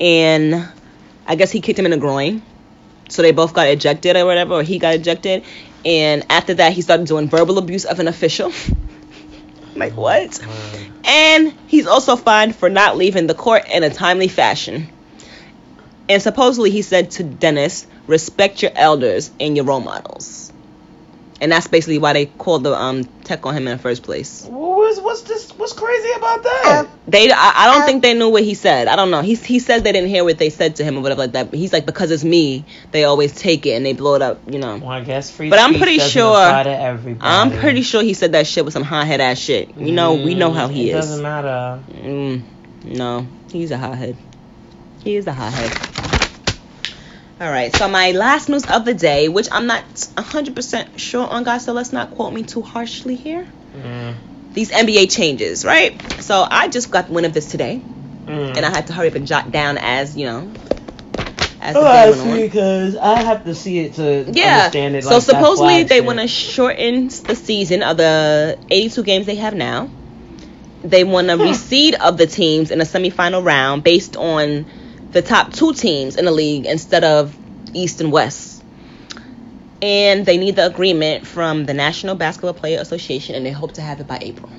S1: And I guess he kicked him in the groin. So they both got ejected or whatever, or he got ejected. And after that he started doing verbal abuse of an official. (laughs) (laughs) like what?
S2: Um,
S1: And he's also fined for not leaving the court in a timely fashion. And supposedly he said to Dennis, respect your elders and your role models. And that's basically why they called the um, tech on him in the first place.
S2: What was what's this? What's crazy about that?
S1: They, I, I don't think they knew what he said. I don't know. He he says they didn't hear what they said to him or whatever like that. But he's like, because it's me, they always take it and they blow it up, you know.
S2: well, I guess free.
S1: But I'm
S2: speech
S1: pretty
S2: doesn't
S1: sure-
S2: apply to everybody.
S1: I'm pretty sure he said that shit with some hot head ass shit. You know, we know how he
S2: it
S1: is.
S2: Doesn't matter.
S1: Mm, no, he's a hothead. He is a hothead. All right, so my last news of the day, which I'm not 100% sure on, guys, so let's not quote me too harshly here.
S2: Mm.
S1: These NBA changes, right? So I just got wind of this today,
S2: Mm.
S1: and I had to hurry up and jot down as, you know, as
S2: Oh,
S1: the day went
S2: Well,
S1: on.
S2: because I have to see it to
S1: Yeah.
S2: understand it.
S1: so
S2: like, that's
S1: supposedly
S2: why
S1: they
S2: shit.
S1: want to shorten the season of the 82 games they have now. They want to
S2: Hmm.
S1: reseed of the teams in a semifinal round based on the top two teams in the league instead of East and West. And they need the agreement from the National Basketball Player Association, and they hope to have it by April.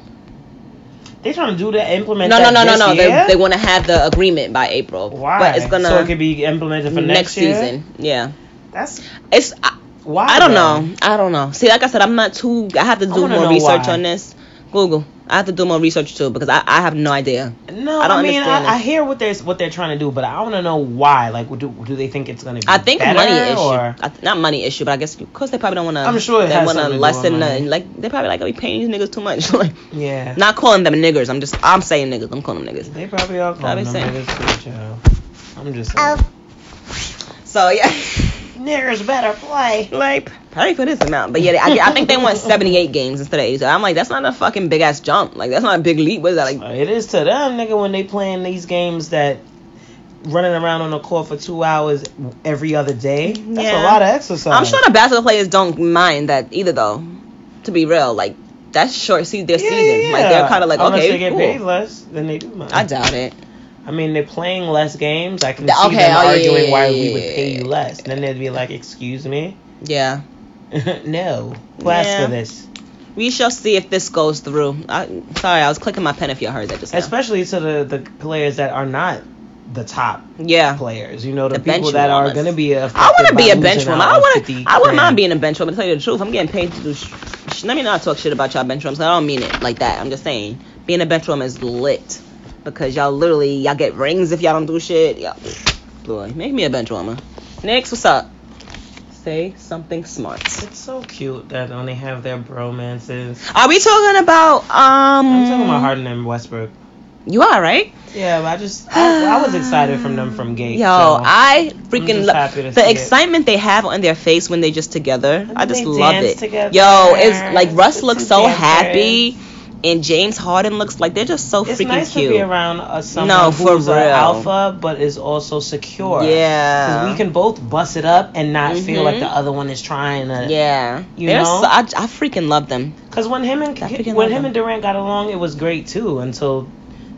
S2: They trying to do that implement.
S1: no, no,
S2: that
S1: no, no,
S2: this
S1: no.
S2: Year?
S1: They, they want to have the agreement by April.
S2: Why?
S1: But it's gonna
S2: so it could be implemented for
S1: next,
S2: next, year?
S1: season. Yeah.
S2: That's
S1: It's. I,
S2: why.
S1: I don't
S2: though?
S1: know. I don't know. See, like I said, I'm not too. I have to
S2: I
S1: do
S2: wanna
S1: more
S2: know
S1: research
S2: why.
S1: on this. Google. I have to do more research too because I, I have no idea.
S2: No,
S1: I
S2: I,
S1: don't
S2: mean
S1: understand
S2: I, I
S1: it.
S2: hear what they're what they're trying to do, but I want to know why. Like, do do they think it's gonna be?
S1: I think
S2: better,
S1: money issue.
S2: Or?
S1: I, th- not money issue, but I guess because they probably don't want to.
S2: I'm sure it
S1: they
S2: has
S1: wanna
S2: something to do with
S1: lessen the
S2: money.
S1: like. They probably like oh, we paying these niggas too much. (laughs) like,
S2: Yeah.
S1: not calling them niggers. I'm just I'm saying niggas. I'm calling them niggas.
S2: They probably are
S1: That'd
S2: calling
S1: be
S2: them
S1: sick.
S2: niggas too, child. I'm just saying.
S1: So yeah,
S2: Oh,
S1: (laughs)
S2: Niggers better play.
S1: like probably for this amount. But yeah, I, I think they
S2: (laughs)
S1: want 78 games instead of 80. So I'm like, that's not a fucking big ass jump. Like that's not a big leap. What is that like?
S2: Uh, It is to them, nigga, when they playing these games that running around on the court for two hours every other day. That's
S1: Yeah.
S2: a lot of exercise.
S1: I'm sure the basketball players don't mind that either, though. To be real, like that's short see their season. Like they're kind of like,
S2: Unless they
S1: okay,
S2: get
S1: cool.
S2: paid less, then they do. Mind.
S1: I doubt it.
S2: I mean, they're playing less games. I can
S1: Th-
S2: see
S1: okay,
S2: them
S1: oh, yeah,
S2: arguing
S1: yeah,
S2: why
S1: yeah,
S2: we would
S1: yeah,
S2: pay
S1: yeah,
S2: you less. Then they'd be like, "Excuse me, (laughs)
S1: Yeah,
S2: no, class
S1: Yeah.
S2: for this."
S1: we shall see if this goes through. I, sorry, I was clicking my pen if you heard that just now.
S2: Especially to the the players that are not the top
S1: yeah.
S2: players. You know, the,
S1: The bench
S2: people that are
S1: warmers.
S2: gonna be.
S1: I want to be a bench woman. I want to. I wouldn't mind being a bench woman. To tell you the truth, I'm getting paid to do. Sh- sh- let me not talk shit about y'all bench women. 'cause I don't mean it like that. I'm just saying being a bench woman is lit because y'all literally y'all get rings if y'all don't do shit. Y'all, boy, make me a bench woman. Next, what's up? Say something smart.
S2: It's so cute that when they have their bromances.
S1: Are we talking about um?
S2: I'm talking about Harden and Westbrook.
S1: You are right.
S2: Yeah, but I just I, I was excited from them from gate.
S1: Yo,
S2: so.
S1: I freaking
S2: just
S1: love
S2: happy to
S1: the
S2: see it.
S1: excitement they have on their face when they just together. I
S2: they
S1: just love it.
S2: dance together.
S1: Yo, it's like Russ
S2: It's
S1: looks
S2: just
S1: so
S2: dancing.
S1: happy, and James Harden looks like they're just so
S2: It's
S1: freaking
S2: nice
S1: cute.
S2: to be around uh, someone
S1: No, for
S2: who's a
S1: real.
S2: alpha, but is also secure.
S1: yeah,
S2: Because we can both bust it up and not feel like
S1: Mhm.
S2: the other one is trying to.
S1: Yeah,
S2: You
S1: They're
S2: know?
S1: so- I, I freaking love them.
S2: Because when him and
S1: I freaking love
S2: when him
S1: them.
S2: and Durant got along, it was great too until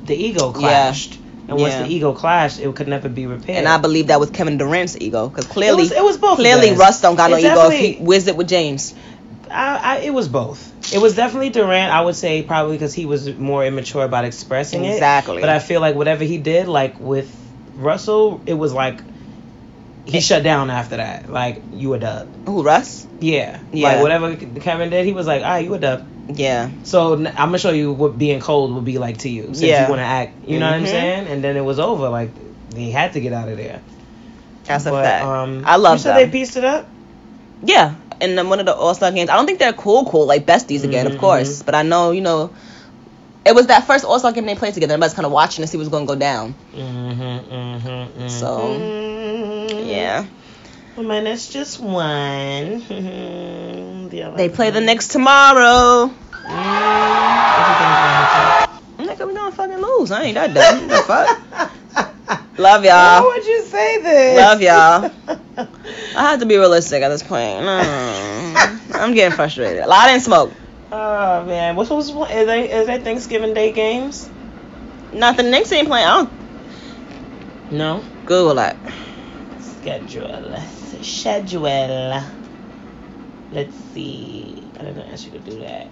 S2: the ego clashed. And once
S1: Yeah.
S2: the ego clashed, it could never be repaired.
S1: And I believe that was Kevin Durant's ego, because clearly,
S2: it was, it was both. of
S1: clearly
S2: theirs.
S1: Russ don't got
S2: It
S1: no ego. If he
S2: definitely-
S1: whizzed it with James,
S2: I, I, it was both. It was definitely Durant. I would say probably because he was more immature about expressing it.
S1: Exactly.
S2: But I feel like whatever he did, like with Russell, it was like he shut down after that. Like you a dub.
S1: who Russ?
S2: Yeah.
S1: Yeah.
S2: Like whatever Kevin did, he was like, ah, you a dub.
S1: Yeah,
S2: So I'm gonna show you what being cold would be like to you. Since
S1: Yeah.
S2: you want to act, you know what I'm
S1: Mhm.
S2: saying? And then it was over. Like he had to get out of there.
S1: that's a
S2: But,
S1: fact.
S2: Um,
S1: I love
S2: you said
S1: them.
S2: they pieced it up.
S1: Yeah, and then one of the All Star games. I don't think they're cool, cool like besties again,
S2: Mhm,
S1: of course.
S2: mhm.
S1: But I know, you know, it was that first All Star game they played together. Everybody's kind of watching to see what's going to go down.
S2: Mm-hmm, mm-hmm,
S1: So,
S2: mm-hmm.
S1: Yeah,
S2: Minus just one. (laughs) The other
S1: they play the
S2: one.
S1: next tomorrow.
S2: Mm, everything's
S1: Nigga, we gonna fucking lose. I ain't that dumb. the fuck.
S2: gonna (laughs) hit you.
S1: Love y'all.
S2: Mm. Why would you say this?
S1: Love
S2: (laughs)
S1: Uh-huh. y'all. I have to be realistic at this point.
S2: (laughs)
S1: Mm. I'm getting frustrated. Well, I didn't smoke.
S2: oh man, what's what's what- is they is that Thanksgiving Day games?
S1: Not the Knicks ain't playing. I don't
S2: No.
S1: Google that.
S2: Schedule. Schedule. Let's see. I didn't ask you to do that.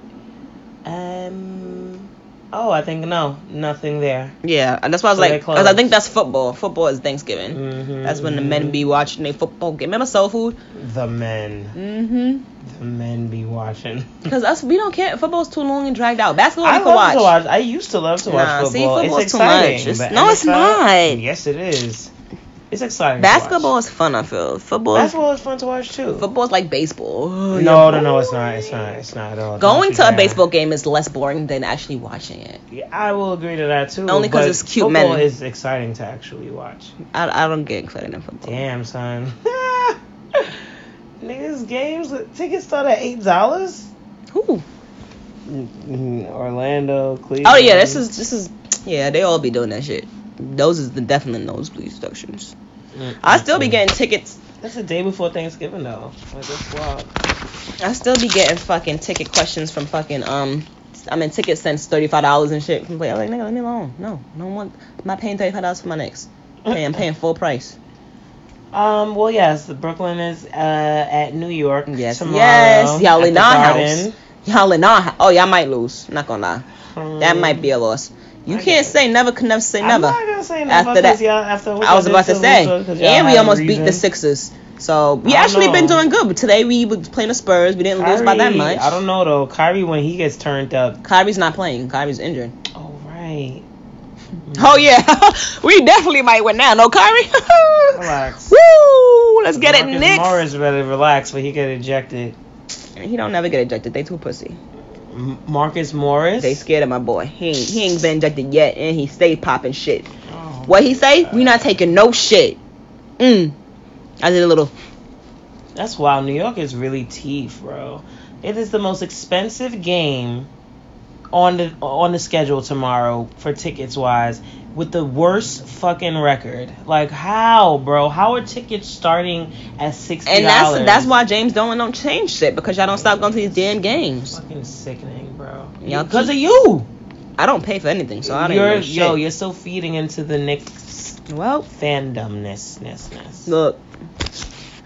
S2: Um. Oh, I think no, nothing there.
S1: Yeah, and that's why I was
S2: So they
S1: like,
S2: close.
S1: 'cause I think that's football. Football is Thanksgiving.
S2: Mhm,
S1: That's when the men
S2: mhm.
S1: be watching their football game. Remember soul food?
S2: The men,
S1: Mm-hmm.
S2: the men be watching.
S1: Because us, we don't care. Football's too long and dragged out. Basketball,
S2: I
S1: we
S2: love
S1: can watch.
S2: to watch. I used to love to watch
S1: Nah, see,
S2: football.
S1: football's
S2: it's
S1: too much.
S2: exciting.
S1: It's-
S2: but
S1: no, it's
S2: NFL
S1: not.
S2: Yes, it is. It's exciting.
S1: Basketball
S2: To
S1: is fun. I feel football.
S2: watch.
S1: is-
S2: Basketball is fun to watch too.
S1: Football's like baseball. Oh,
S2: No,
S1: you're
S2: no, no, it's
S1: boring.
S2: not. It's not. It's not at all.
S1: Going
S2: Don't
S1: to
S2: you
S1: a
S2: dare.
S1: baseball game is less boring than actually watching it.
S2: Yeah, I will agree to that too.
S1: Only 'cause
S2: but
S1: it's cute
S2: Football
S1: men.
S2: is exciting to actually watch.
S1: I, I don't get excited in football.
S2: Damn, son. (laughs) Niggas games tickets start at eight dollars.
S1: Who?
S2: Orlando, Cleveland.
S1: Oh yeah, this is this is yeah. They all be doing that shit. Those is the definite nosebleed sections. I still be getting tickets.
S2: That's the day before Thanksgiving though. Like that's wild.
S1: I still be getting fucking ticket questions from fucking um. I mean, ticket cents thirty five dollars and shit. I'm like, I'm like, nigga, let me alone. No, no one. I'm not paying thirty five dollars for my next. Hey, I'm paying full price.
S2: Um. Well, yes. Brooklyn is uh at New York
S1: Yes,
S2: tomorrow.
S1: yes, y'all in
S2: at the
S1: our
S2: Garden.
S1: house. Y'all in our house. Oh, y'all might lose. Not gonna lie, that
S2: Um,
S1: might be a loss. You
S2: I
S1: can't
S2: guess.
S1: say never. Can never say
S2: I'm
S1: never.
S2: not gonna say nothing
S1: After
S2: about
S1: that-
S2: this, y'all, after what
S1: I was
S2: y'all
S1: about
S2: did
S1: to say,
S2: Lisa, 'cause y'all
S1: and we
S2: had a
S1: almost beat the
S2: reason.
S1: Sixers. So we
S2: I
S1: actually
S2: know.
S1: been doing good. But today we were playing the Spurs. We didn't lose by that
S2: Kyrie,
S1: much.
S2: I don't know though. Kyrie when he gets turned up.
S1: Kyrie's not playing. Kyrie's injured.
S2: Oh right.
S1: Oh yeah, (laughs) we definitely might win now. No Kyrie. (laughs)
S2: Relax.
S1: Woo! Let's get it,
S2: Marcus
S1: Knicks.
S2: Morris better relax, but he get ejected.
S1: He don't never get ejected. They too pussy.
S2: M- Marcus Morris.
S1: They scared of my boy. He ain't, he ain't been ejected yet, and he stay popping shit.
S2: Oh,
S1: What he say? We not taking no shit. Mm. I did a little.
S2: That's wild. New York is really teeth, bro. It is the most expensive game on the on the schedule tomorrow for tickets wise, with the worst fucking record. Like how, bro? How are tickets starting at sixty?
S1: And that's that's why James Dolan don't change shit because y'all don't stop going to these damn games.
S2: Fucking sickening, bro.
S1: Y'all
S2: Because
S1: keep-
S2: of you.
S1: I don't pay for anything, so I don't
S2: you're
S1: know shit.
S2: yo, you're still feeding into the Knicks
S1: well,
S2: fandomness, ness, ness.
S1: look,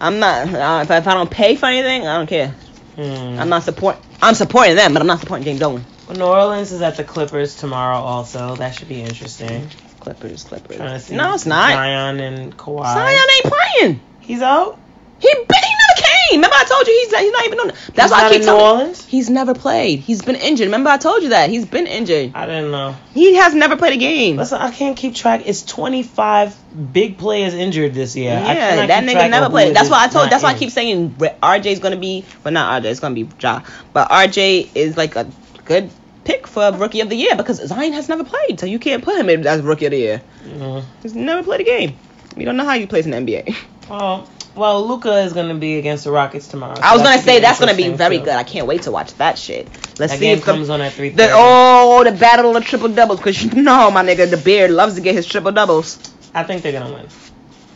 S1: I'm not. Uh, if, I, if I don't pay for anything, I don't care.
S2: Hmm.
S1: I'm not support. I'm supporting them, but I'm not supporting James Dolan.
S2: New Orleans is at the Clippers tomorrow, also. That should be interesting.
S1: Clippers, Clippers.
S2: Trying to see
S1: No, it's not.
S2: Zion and Kawhi.
S1: Zion ain't playing.
S2: He's out.
S1: He he never came. Remember I told you he's he's not even on. That's
S2: He's
S1: why I
S2: not
S1: keep
S2: in
S1: telling.
S2: New Orleans.
S1: He's never played. He's been injured. Remember I told you that he's been injured.
S2: I didn't know.
S1: He has never played a game.
S2: Listen, I can't keep track. It's 25 big players injured this year. I
S1: Yeah,
S2: cannot
S1: that
S2: keep track
S1: nigga
S2: of
S1: never
S2: who
S1: played.
S2: it
S1: That's
S2: is
S1: why I told.
S2: not
S1: That's why I
S2: in.
S1: keep saying R- RJ's gonna be, well, not RJ. It's gonna be Ja, but RJ is like a good pick for rookie of the year because Zion has never played, so you can't put him in as rookie of the year.
S2: Mm.
S1: He's never played a game. We don't know how you plays in the (laughs) NBA.
S2: Well, well, Luca is gonna be against the Rockets tomorrow. so
S1: I was
S2: that
S1: gonna
S2: should
S1: say that's gonna be
S2: interesting,
S1: very
S2: too.
S1: good. I can't wait to watch that shit. Let's
S2: That
S1: see
S2: game
S1: if
S2: comes
S1: the,
S2: on at 3.
S1: the oh the battle of triple doubles because you know my nigga the beard loves to get his triple doubles.
S2: I think they're gonna win.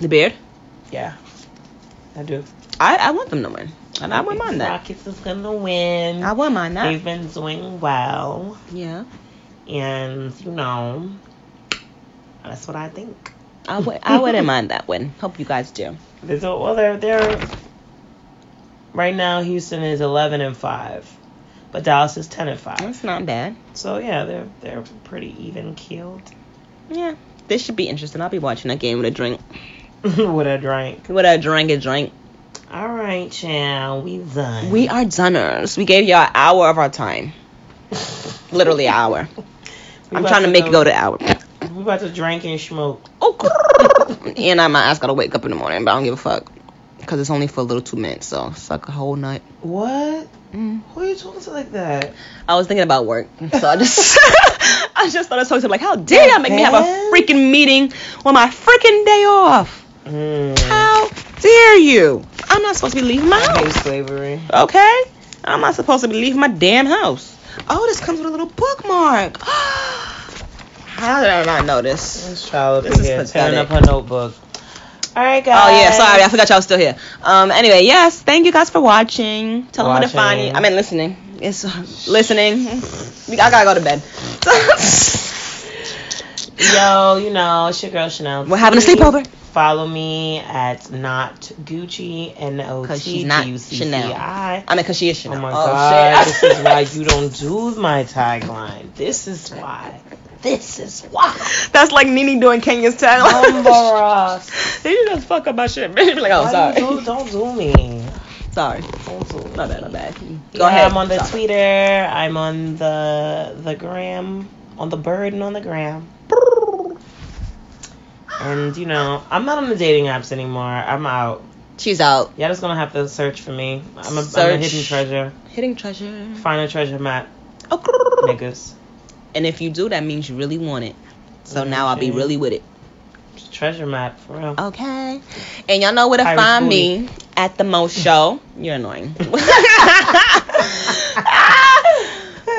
S1: The beard.
S2: Yeah, I do.
S1: I I want them to win, and I wouldn't mind that.
S2: Rockets is gonna win.
S1: I wouldn't mind
S2: They've
S1: that.
S2: been doing well,
S1: Yeah.
S2: and you know, that's what I think.
S1: I w- I wouldn't mind that one. Hope you guys do.
S2: There's a, well, they're, they're right now. Houston is 11 and five, but Dallas is 10 and five.
S1: That's not bad.
S2: So yeah, they're they're pretty even keeled. (laughs)
S1: Yeah. This should be interesting. I'll be watching that game with a drink.
S2: With a drink.
S1: With a drink and drink.
S2: All right, child, we done.
S1: We are dunners. We gave y'all an hour of our time. Literally an hour.
S2: (laughs)
S1: I'm
S2: We about
S1: trying to make it go
S2: go-
S1: to an hour.
S2: We about to drink and smoke.
S1: Oh, (laughs) and I, my ass gotta wake up in the morning, but I don't give a fuck. Because it's only for a little two minutes, so suck a whole nut.
S2: What?
S1: Mm.
S2: Who are you talking to like that?
S1: I was thinking about work, so I (laughs) just I just started talking to him like, how dare y'all make me have a
S2: Man.
S1: freaking meeting on my freaking day off?
S2: Mm.
S1: How dare you? I'm not supposed to be leaving my
S2: I hate
S1: house.
S2: slavery.
S1: Okay? I'm not supposed to be leaving my damn house. Oh, this comes with a little bookmark. (gasps) How did I not know this?
S2: This child up
S1: This
S2: in
S1: is
S2: here tearing
S1: pathetic.
S2: up her notebook. All right, guys.
S1: Oh yeah, sorry, I forgot y'all was still here. Um, anyway, yes, thank you guys for watching. Tell them where to find you.
S2: Watching.
S1: I mean, listening. It's uh, listening. I gotta go to bed. (laughs)
S2: Yo, you know, it's your girl Chanel.
S1: We're having a
S2: T.
S1: sleepover.
S2: Follow me at not Gucci N O
S1: Because
S2: T
S1: she's
S2: G
S1: not
S2: U C C
S1: Chanel.
S2: I.
S1: I mean, because she is
S2: Oh
S1: Chanel.
S2: my
S1: shit.
S2: god, this is
S1: (laughs)
S2: why you don't do my tagline. This is why. This is why.
S1: That's like Nene doing Kenya's (laughs)
S2: (laughs)
S1: tagline.
S2: Umbra.
S1: they just fuck up my shit, (laughs) man. Be like, oh,
S2: Why
S1: sorry.
S2: do you do, don't do me.
S1: (laughs) sorry.
S2: Don't do me.
S1: Not bad, not bad. Go
S2: Yeah,
S1: ahead.
S2: I'm on the
S1: Sorry. (laughs)
S2: Twitter. I'm on the the gram, on the bird and on the gram. And you know, I'm not on the dating apps anymore. I'm out.
S1: She's out.
S2: Y'all just gonna have to search for me. I'm a, I'm a
S1: Search. Mm-hmm.
S2: hidden treasure.
S1: Hitting treasure.
S2: Find a treasure map,
S1: Oh, (laughs)
S2: niggas.
S1: and if you do, that means you really want it. So
S2: Mm,
S1: now I'll be
S2: okay.
S1: really with it.
S2: It's a treasure map for real.
S1: Oh, Okay. And y'all know where to
S2: Pirates
S1: find
S2: booty.
S1: me at the most show. You're annoying.
S2: (laughs)
S1: (laughs)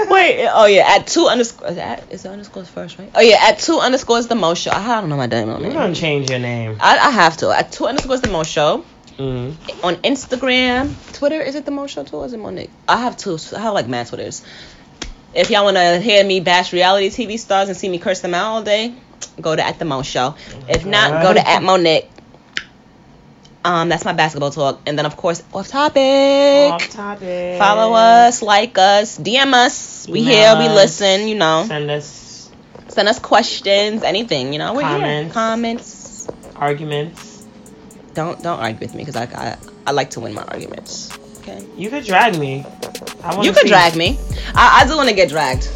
S1: Wait, oh yeah, at two underscores at is it underscores first, right? Oh yeah, at two underscores the most show. I don't know my damn
S2: You're
S1: name.
S2: gonna change your name.
S1: I, I have to. At two underscores the most show.
S2: Mm.
S1: On Instagram, Twitter, is it the most show too? Or is it Monique? I have two I have like mad Twitters. If y'all wanna hear me bash reality TV stars and see me curse them out all day, go to at the most show. If not, go to at Monique. Um, that's my basketball talk. And then of course off topic.
S2: Off topic.
S1: Follow us, like us, DM us. We
S2: Email
S1: hear, we
S2: us.
S1: listen, you know.
S2: Send us
S1: Send us questions, anything, you know. We're here.
S2: Comments.
S1: Comments.
S2: arguments.
S1: Don't don't argue with me because I, I I like to win my arguments. Okay.
S2: You could drag me. I wanna
S1: You could
S2: see.
S1: drag me. I, I do want to get dragged.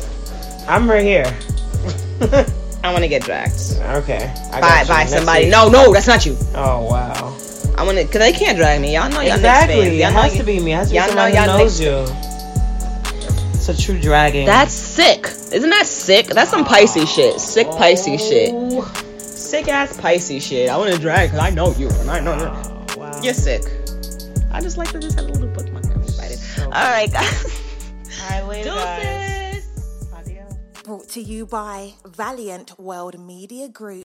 S2: I'm right here. (laughs)
S1: I want to get dragged
S2: okay.
S1: by
S2: I got you.
S1: by
S2: Next
S1: somebody.
S2: week.
S1: No, no, that's not you.
S2: Oh wow.
S1: I want to because they can't drag me. Y'all know y'all Knicks fans.
S2: Exactly.
S1: Y'all
S2: It
S1: know
S2: has
S1: you-
S2: to be me. It has to be
S1: y'all know
S2: someone who
S1: y'all
S2: knows you. It's a true dragon.
S1: That's sick. Isn't that sick? That's some Pisces shit. Sick Pisces shit.
S2: Oh,
S1: Sick ass Pisces shit. I want to drag because I know you and I know you.
S2: Wow.
S1: You're sick. I just like to just have a little bookmark. I'm excited.
S2: So-
S1: All right, guys.
S2: All right, later, guys.
S1: Deuces.
S2: Adios.
S4: Brought to you by Valiant World Media Group.